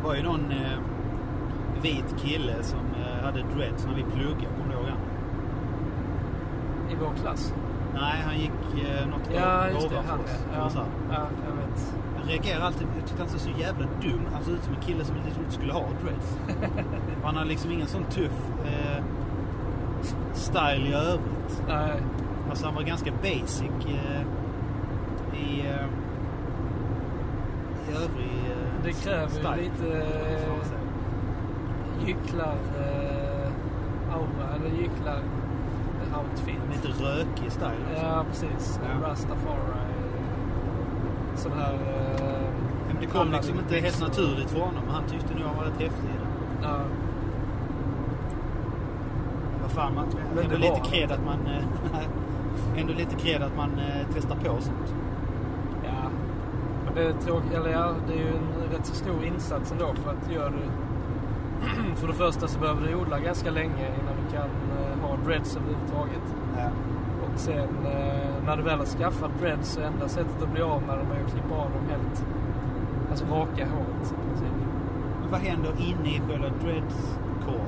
Speaker 1: Det var ju någon eh, vit kille som eh, hade dreads när vi pluggade, kommer du ihåg han?
Speaker 2: I vår klass.
Speaker 1: Nej, han gick eh, något
Speaker 2: Ja,
Speaker 1: år
Speaker 2: just det. Han
Speaker 1: ovanför oss.
Speaker 2: ja.
Speaker 1: Han var så
Speaker 2: Ja,
Speaker 1: här.
Speaker 2: ja, jag vet.
Speaker 1: Han reagerade alltid. Jag tyckte han såg så jävla dum. Han såg ut som en kille som liksom inte skulle ha dreads. Och han hade liksom ingen sån tuff eh, style i övrigt.
Speaker 2: Nej,
Speaker 1: Alltså han var ganska basic eh, i, eh, i övrig eh,
Speaker 2: det kräver ju
Speaker 1: style.
Speaker 2: lite
Speaker 1: Får man
Speaker 2: eh,
Speaker 1: säga.
Speaker 2: gycklar... Eh, aura, eller gycklar... outfit.
Speaker 1: Lite rökig style alltså. också.
Speaker 2: Ja, precis.
Speaker 1: Ja.
Speaker 2: Rastafari. Sån här... Eh,
Speaker 1: Men det kom liksom inte helt
Speaker 2: byxor.
Speaker 1: naturligt för honom. Han tyckte nog han var rätt häftig i det.
Speaker 2: Ja,
Speaker 1: Vad fan, man,
Speaker 2: det
Speaker 1: ändå
Speaker 2: var
Speaker 1: lite
Speaker 2: han.
Speaker 1: cred att man... eh, ändå lite cred att man eh, testar på sånt.
Speaker 2: ja. Men det är tråkigt. Eller ja, det är ju en rätt så stor insats ändå för att göra det. för det första så behöver du odla ganska länge innan du kan eh, ha dreads överhuvudtaget.
Speaker 1: Ja.
Speaker 2: Och sen eh, när du väl har skaffat dreads så enda sättet att bli av med dem är att klippa av dem helt. Alltså raka håret i princip.
Speaker 1: Men vad händer inne i själva dreadskorven?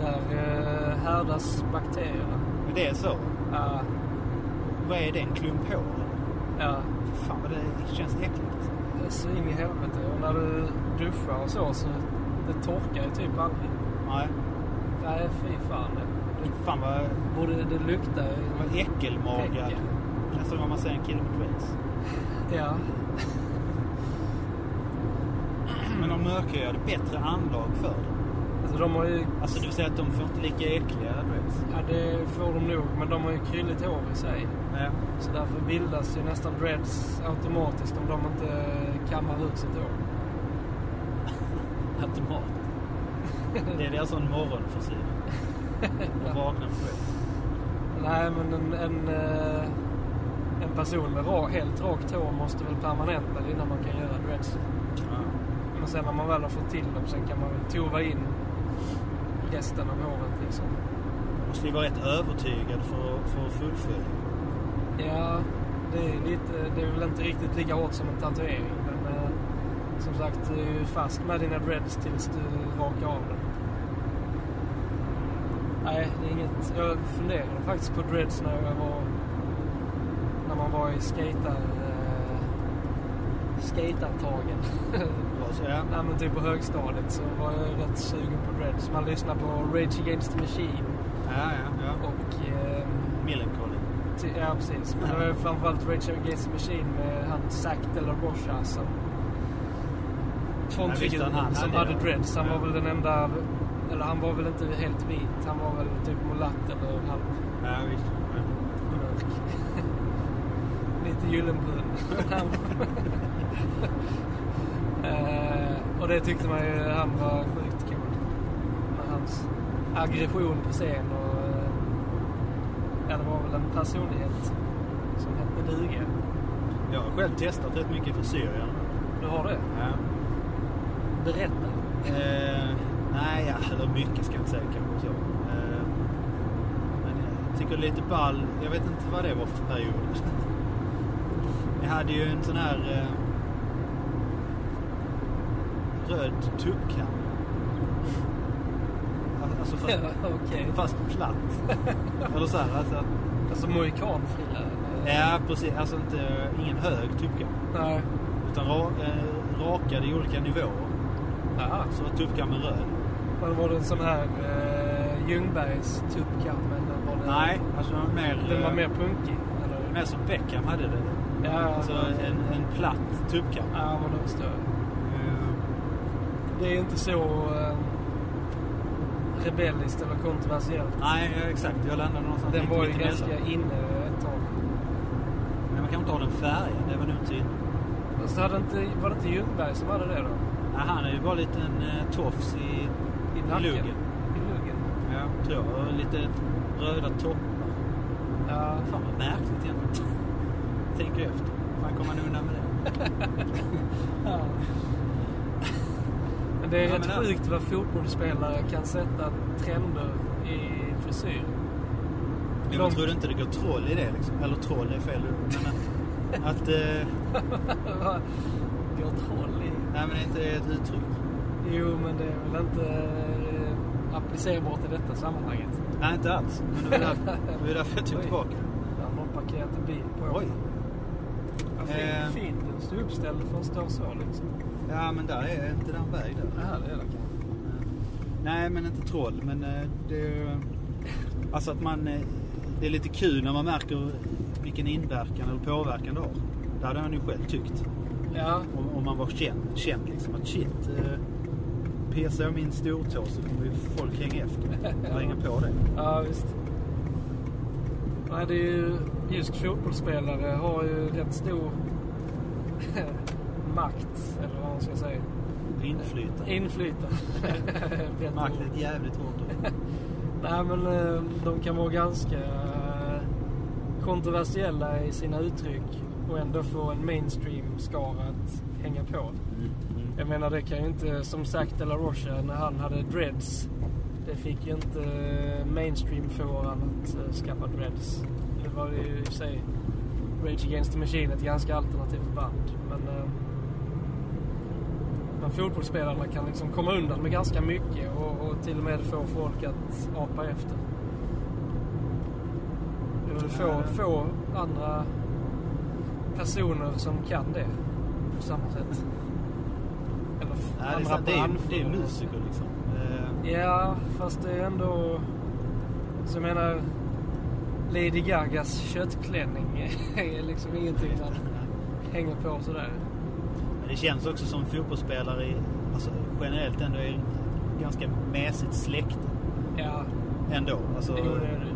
Speaker 2: Där eh, härdas bakterierna.
Speaker 1: Men Det är så. Ah.
Speaker 2: Ja,
Speaker 1: Vad är det? En klump hår?
Speaker 2: ja.
Speaker 1: Fan vad det känns äckligt. alltså.
Speaker 2: Det är så in i helvete. Och när du duschar och så, så det torkar ju typ aldrig.
Speaker 1: Nej.
Speaker 2: Nej, fy fan. Det,
Speaker 1: Fan vad,
Speaker 2: både, det luktar ju.
Speaker 1: vad äckelmagad.
Speaker 2: Äckel.
Speaker 1: Nästan vad man säger en kille med dreads.
Speaker 2: Ja.
Speaker 1: Men de mörkhyade bättre anlag för det.
Speaker 2: Alltså de har ju...
Speaker 1: Alltså du säger att de får inte lika äckliga dreads?
Speaker 2: Ja, det får de nog. Men de har ju krylligt hår i sig.
Speaker 1: Ja.
Speaker 2: Så därför bildas ju nästan dreads automatiskt om de inte kammar ut sitt hår.
Speaker 1: Automatiskt. Det är deras sån morgonfrisyr. De vaknar på det.
Speaker 2: Nej, men en, en, eh, en person med ra, helt rakt hår måste väl permanenta det innan man kan göra dreads. Men sen när man väl har fått till dem sen kan man väl tova in resten av håret liksom.
Speaker 1: Måste ju vara rätt övertygad för, att- för att fullfölja.
Speaker 2: Ja, det är, lite, det är väl inte riktigt lika hårt som en tatuering. Men eh, som sagt, du är ju fast med dina dreads tills du rakar av dem. Nej, det är inget. Jag funderade faktiskt på dreads när jag var... När man var i skater... Eh, skatartagen.
Speaker 1: Bra, så Alltså, ja.
Speaker 2: Nej men typ på högstadiet så var jag rätt sugen på dreads. Man lyssnade på Rage Against the Machine
Speaker 1: Ja, ja, ja.
Speaker 2: och... ehm,
Speaker 1: Millencolin.
Speaker 2: Ty- Ja, precis. Men det var ju framförallt Rage Against the Machine med han Zack de la Rocha som
Speaker 1: Ja, visst, han- han
Speaker 2: frontfiguren som
Speaker 1: hade
Speaker 2: hade
Speaker 1: det.
Speaker 2: dreads. Han
Speaker 1: Ja.
Speaker 2: var väl den enda, eller han var väl inte helt vit. Han var väl typ mulatt eller halv
Speaker 1: Ja, visst. Ja.
Speaker 2: mörk. Lite gyllenbrun. Eh, och det tyckte man ju han var sjukt cool. Med hans aggression på scen och... eh, Ja, det var väl en personlighet som hette duga.
Speaker 1: Jag har själv testat rätt mycket frisyrer.
Speaker 2: Du har det?
Speaker 1: Ja.
Speaker 2: Berätta.
Speaker 1: Eh, nej, ja, eller mycket ska jag inte säga kanske så. Eh, men jag tycker lite ball, jag vet inte vad det var för period. jag hade ju en sån här eh, röd tuppkam. Alltså fast,
Speaker 2: Okej.
Speaker 1: fast platt. eller så här, alltså,
Speaker 2: Alltså mohikanfria? eller?
Speaker 1: ja precis, alltså inte, ingen hög tuppkam.
Speaker 2: Nej.
Speaker 1: Utan ra, eh, rakade i olika nivåer.
Speaker 2: Jaha.
Speaker 1: Så var tuppkammen röd.
Speaker 2: Men var det en sån här eh, Ljungbergs tuppkamp? Eller var det,
Speaker 1: Nej, alltså han var mer...
Speaker 2: Den var
Speaker 1: eh,
Speaker 2: mer punkig? Eller?
Speaker 1: Mer som Beckham hade det.
Speaker 2: Ja,
Speaker 1: Alltså en, en platt tuppkam.
Speaker 2: ja, men då förstår jag.
Speaker 1: Eh,
Speaker 2: Det är inte så eh, rebelliskt eller kontroversiellt.
Speaker 1: Nej, eh, exakt. Jag landade någonstans
Speaker 2: Den
Speaker 1: mitt-
Speaker 2: var ju
Speaker 1: mittemellan.
Speaker 2: ganska inne ett tag.
Speaker 1: Men man kan inte ha den färgen. Det var nog tydligt.
Speaker 2: Fast hade inte, var det inte Ljungberg som hade det då?
Speaker 1: Nej, han är ju bara lite en eh, tofs i,
Speaker 2: I nacken?
Speaker 1: luggen.
Speaker 2: I luggen.
Speaker 1: Ja. Tror jag. Och Lite röda toppar.
Speaker 2: Ja,
Speaker 1: Fan vad märkligt egentligen. Tänker jag efter. Fan kommer han undan med det?
Speaker 2: Ja. Men det är
Speaker 1: Ja,
Speaker 2: rätt
Speaker 1: men ja.
Speaker 2: sjukt vad fotbollsspelare kan sätta trender i frisyr.
Speaker 1: Jo,
Speaker 2: Långt.
Speaker 1: jag trodde inte det går troll i det liksom. Eller troll är fel ord. Men att, att eh,
Speaker 2: Vad Går troll i?
Speaker 1: nej men det är inte ett uttryck.
Speaker 2: Jo, men det är väl inte eh, applicerbart i detta sammanhanget.
Speaker 1: Nej inte alls. Men det var därför, det var därför jag tog
Speaker 2: Oj.
Speaker 1: tillbaka.
Speaker 2: Där någon parkerat en bil på.
Speaker 1: Oj.
Speaker 2: Ja, fin,
Speaker 1: Eh.
Speaker 2: fin. Den stod uppställd för att stå så liksom.
Speaker 1: Ja men där är inte den väg där.
Speaker 2: Ja, det är det kanske.
Speaker 1: Nej men inte troll. Men eh, det är ju, Alltså att man... eh, Det är lite kul när man märker vilken inverkan eller påverkan det har. Det hade han ju själv tyckt.
Speaker 2: Ja,
Speaker 1: Om, om man var känd, känd liksom att shit, eh, pissar jag min stortå så kommer ju folk hänga efter. Hänga på det.
Speaker 2: Ja, visst. Nej, det är ju, just fotbollsspelare har ju rätt stor makt, eller vad man ska säga.
Speaker 1: Inflytande.
Speaker 2: Inflytande. Rätt
Speaker 1: Makt är
Speaker 2: ord.
Speaker 1: ett jävligt hårt ord.
Speaker 2: Nej, men eh, de kan vara ganska eh, kontroversiella i sina uttryck och ändå få en mainstream-skara att hänga på. Jag menar, det kan ju inte, som sagt, De La Rocha, när han hade dreads, det fick ju inte eh, mainstream-fåran att eh, skaffa dreads. Det var ju i och för sig Rage Against the Machine, ett ganska alternativt band. Men, eh, men fotbollsspelarna kan liksom komma undan med ganska mycket och, och till och med få folk att apa efter. Det är väl få, få andra personer som kan det på samma sätt. Eller f-
Speaker 1: Nej, det, är,
Speaker 2: andra
Speaker 1: sant. det, är,
Speaker 2: branscher.
Speaker 1: det är musiker liksom. Eh,
Speaker 2: Ja, fast det är ändå... Så jag menar, Lady Gagas köttklänning är liksom ingenting man hänger på sådär.
Speaker 1: Men det känns också som fotbollsspelare i, alltså, generellt ändå är ganska mesigt släkt
Speaker 2: Ja,
Speaker 1: ändå. Alltså,
Speaker 2: jo det är det.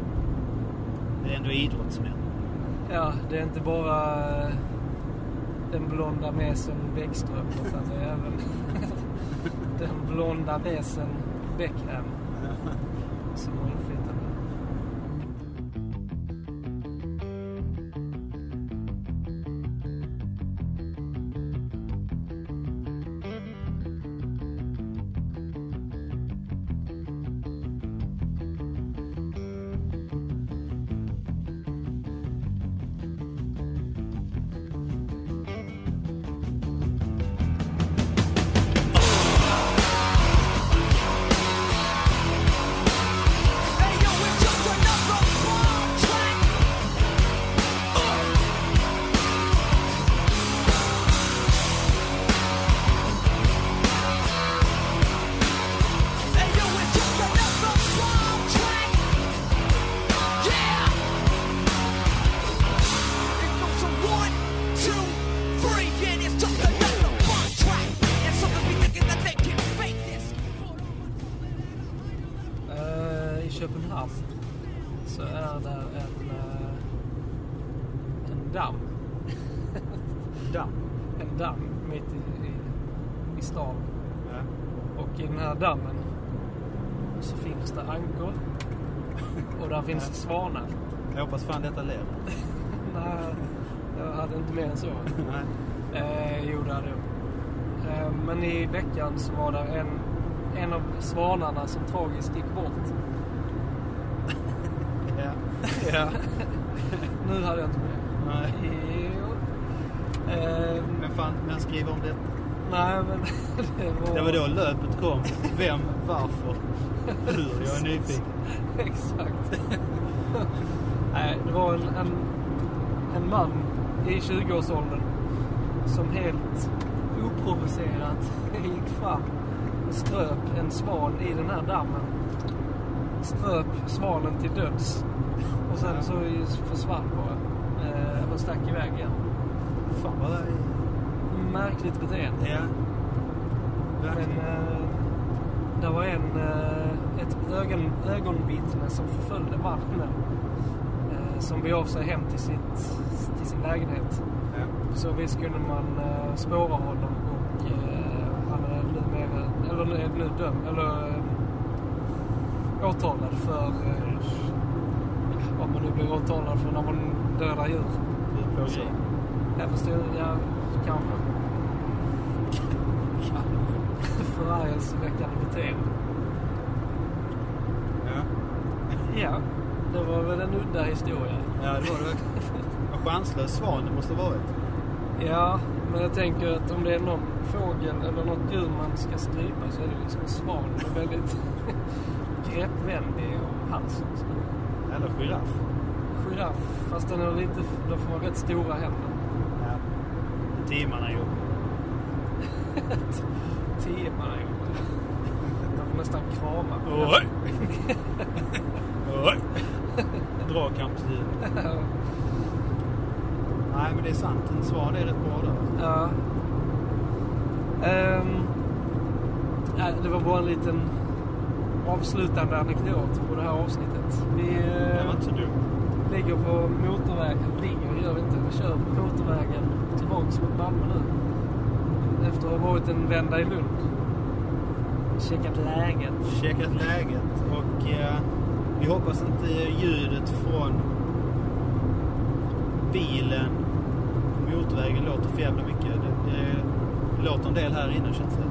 Speaker 1: det är ändå idrottsmän.
Speaker 2: Ja, det är inte bara eh, den blonda mesen Bäckström utan det är även den blonda mesen Beckham som har inflytande. Eh, I Köpenhamn så är där en, eh, en damm.
Speaker 1: Damm.
Speaker 2: En damm mitt i, i, i stan.
Speaker 1: Ja.
Speaker 2: Och i den här dammen så finns det ankor. Och där finns det svanar.
Speaker 1: Jag hoppas fan detta lever.
Speaker 2: Nej, jag hade inte mer än så.
Speaker 1: Nej.
Speaker 2: Eh, jo, det hade jag. Eh, men i veckan så var där en, en av svanarna som tragiskt gick bort.
Speaker 1: Ja. ja.
Speaker 2: Nu hade jag inte mer.
Speaker 1: Nej.
Speaker 2: Jo. Eh,
Speaker 1: Men fan, men skriv om detta.
Speaker 2: nej, men det var...
Speaker 1: Det var då löpet kom. Vem, varför, hur? Jag är nyfiken.
Speaker 2: Exakt. Nej, det var en, en, en man i 20-årsåldern som helt oprovocerat gick fram och ströp en svan i den här dammen. ströp svanen till döds. Och sen så försvann bara. Eh, Den stack iväg igen.
Speaker 1: Fan vad...
Speaker 2: Märkligt beteende.
Speaker 1: Ja.
Speaker 2: Men
Speaker 1: Verkligen.
Speaker 2: eh, det var en, eh, ett ögon, ögonvittne som förföljde mannen. Eh, som begav sig hem till, sitt, till sin lägenhet.
Speaker 1: Ja.
Speaker 2: På så vis kunde man eh, spåra honom och eh, han är numera, eller nu- är nu dömd, eller eh, åtalad för eh, vad man nu blir åtalad för när man dödar djur.
Speaker 1: Djurplågeri.
Speaker 2: Jag förstår, ja, kanske. Förargelseväckande beteende.
Speaker 1: Ja.
Speaker 2: Ja, det var väl en udda historia.
Speaker 1: ja, det var det verkligen. En chanslös svan det måste ha varit.
Speaker 2: Ja, men jag tänker att om det är någon fågel eller något djur man ska strypa så är det liksom en svan. Den är väldigt greppvändig om halsen. och så.
Speaker 1: Eller giraff.
Speaker 2: Giraff, fast den har lite, då får man rätt stora händer.
Speaker 1: Ja. Timmarna gjorde
Speaker 2: Tio man har gjort. Man får nästan krama.
Speaker 1: Oj! Oj! Dragkampsdjur. Nej, men det är sant. En svan är rätt bra där.
Speaker 2: Ja. Ehm, nej, det var bara en liten avslutande anekdot på det här avsnittet. Vi
Speaker 1: Det var
Speaker 2: eh,
Speaker 1: inte så dumt.
Speaker 2: ligger på motorvägen, ligger gör vi inte, vi kör på motorvägen tillbaks mot Malmö nu. Efter att ha varit en vända i Lund. Checkat läget.
Speaker 1: Checkat läget och eh, vi hoppas inte ljudet från bilen på motorvägen låter för jävla mycket. Det, det låter en del här inne känns det.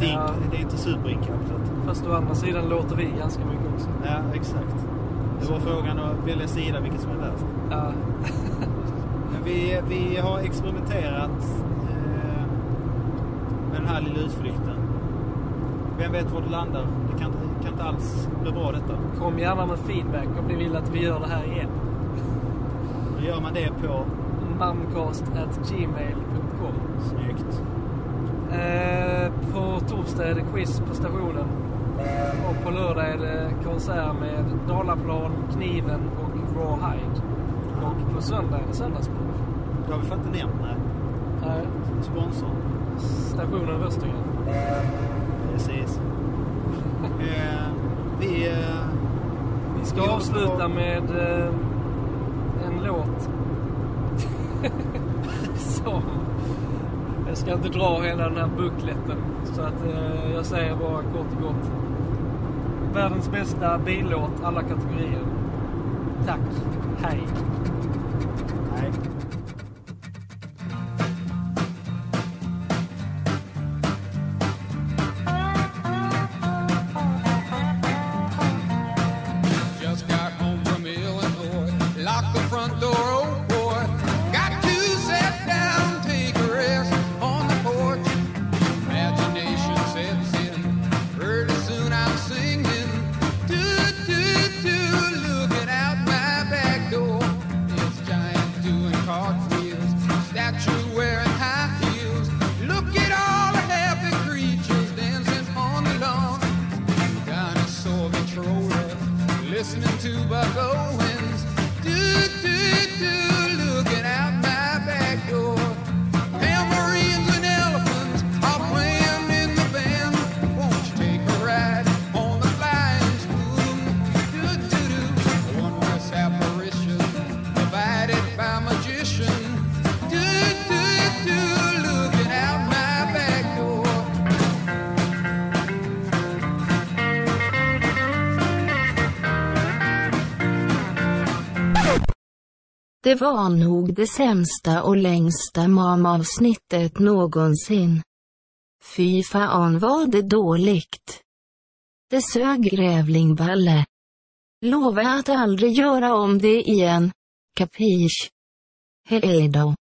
Speaker 1: Det är,
Speaker 2: Ja.
Speaker 1: ja. det är inte superinkapslat.
Speaker 2: Fast å andra sidan låter vi ganska mycket också.
Speaker 1: Ja, exakt. Det var frågan att välja sida, vilket som är värst.
Speaker 2: Ja.
Speaker 1: Men Vi, vi har experimenterat eh, med den här lilla utflykten. Vem vet var det landar? Det kan, inte- kan inte alls bli bra detta.
Speaker 2: Kom gärna med feedback om ni vill att vi gör det här igen.
Speaker 1: Då gör man det på
Speaker 2: Mamcast@gmail.com
Speaker 1: snyggt.
Speaker 2: Eh, på torsdag är det quiz på stationen. Eh, Och på lördag är det konsert med Dalaplan, Kniven och Raw Hide. Och på söndag är det söndagsprov.
Speaker 1: Det har vi fan inte nämnt, nej.
Speaker 2: Eh,
Speaker 1: Sponsorn.
Speaker 2: stationen Röstingen.
Speaker 1: Precis. Eh, vi... Eh,
Speaker 2: Vi
Speaker 1: vi
Speaker 2: ska
Speaker 1: håller på-
Speaker 2: avsluta med eh, en låt. Som... Jag ska inte dra hela den här bukletten. Så att eh, jag säger bara kort och gott. Världens bästa billåt, alla kategorier. Tack. Hej.
Speaker 1: Nej.
Speaker 3: Just got home from Illinois. Locked the front door, oh boy. Got to sit down, take a rest on the porch. Imagination sets in. Pretty soon I'm singing. Do, do, do, looking out my back door. It's giant doing cartwheels. Statue wearing high heels. Look at all the happy creatures dancing on the lawn dinosaur controller, listening to Buck Owens. Do, do, do, looking out my back door. Tambourines and elephants are playing in the band. Won't you take a ride on the flying spoon? Do, do, do. One less apparition, divided by magician. Do, do, do, looking out my back door.
Speaker 7: Det var nog det sämsta och längsta mamavsnittet någonsin. Fy fan vad det dåligt. Det sög grävlingballe. Lova att aldrig göra om det igen. Kapisch? Hej då.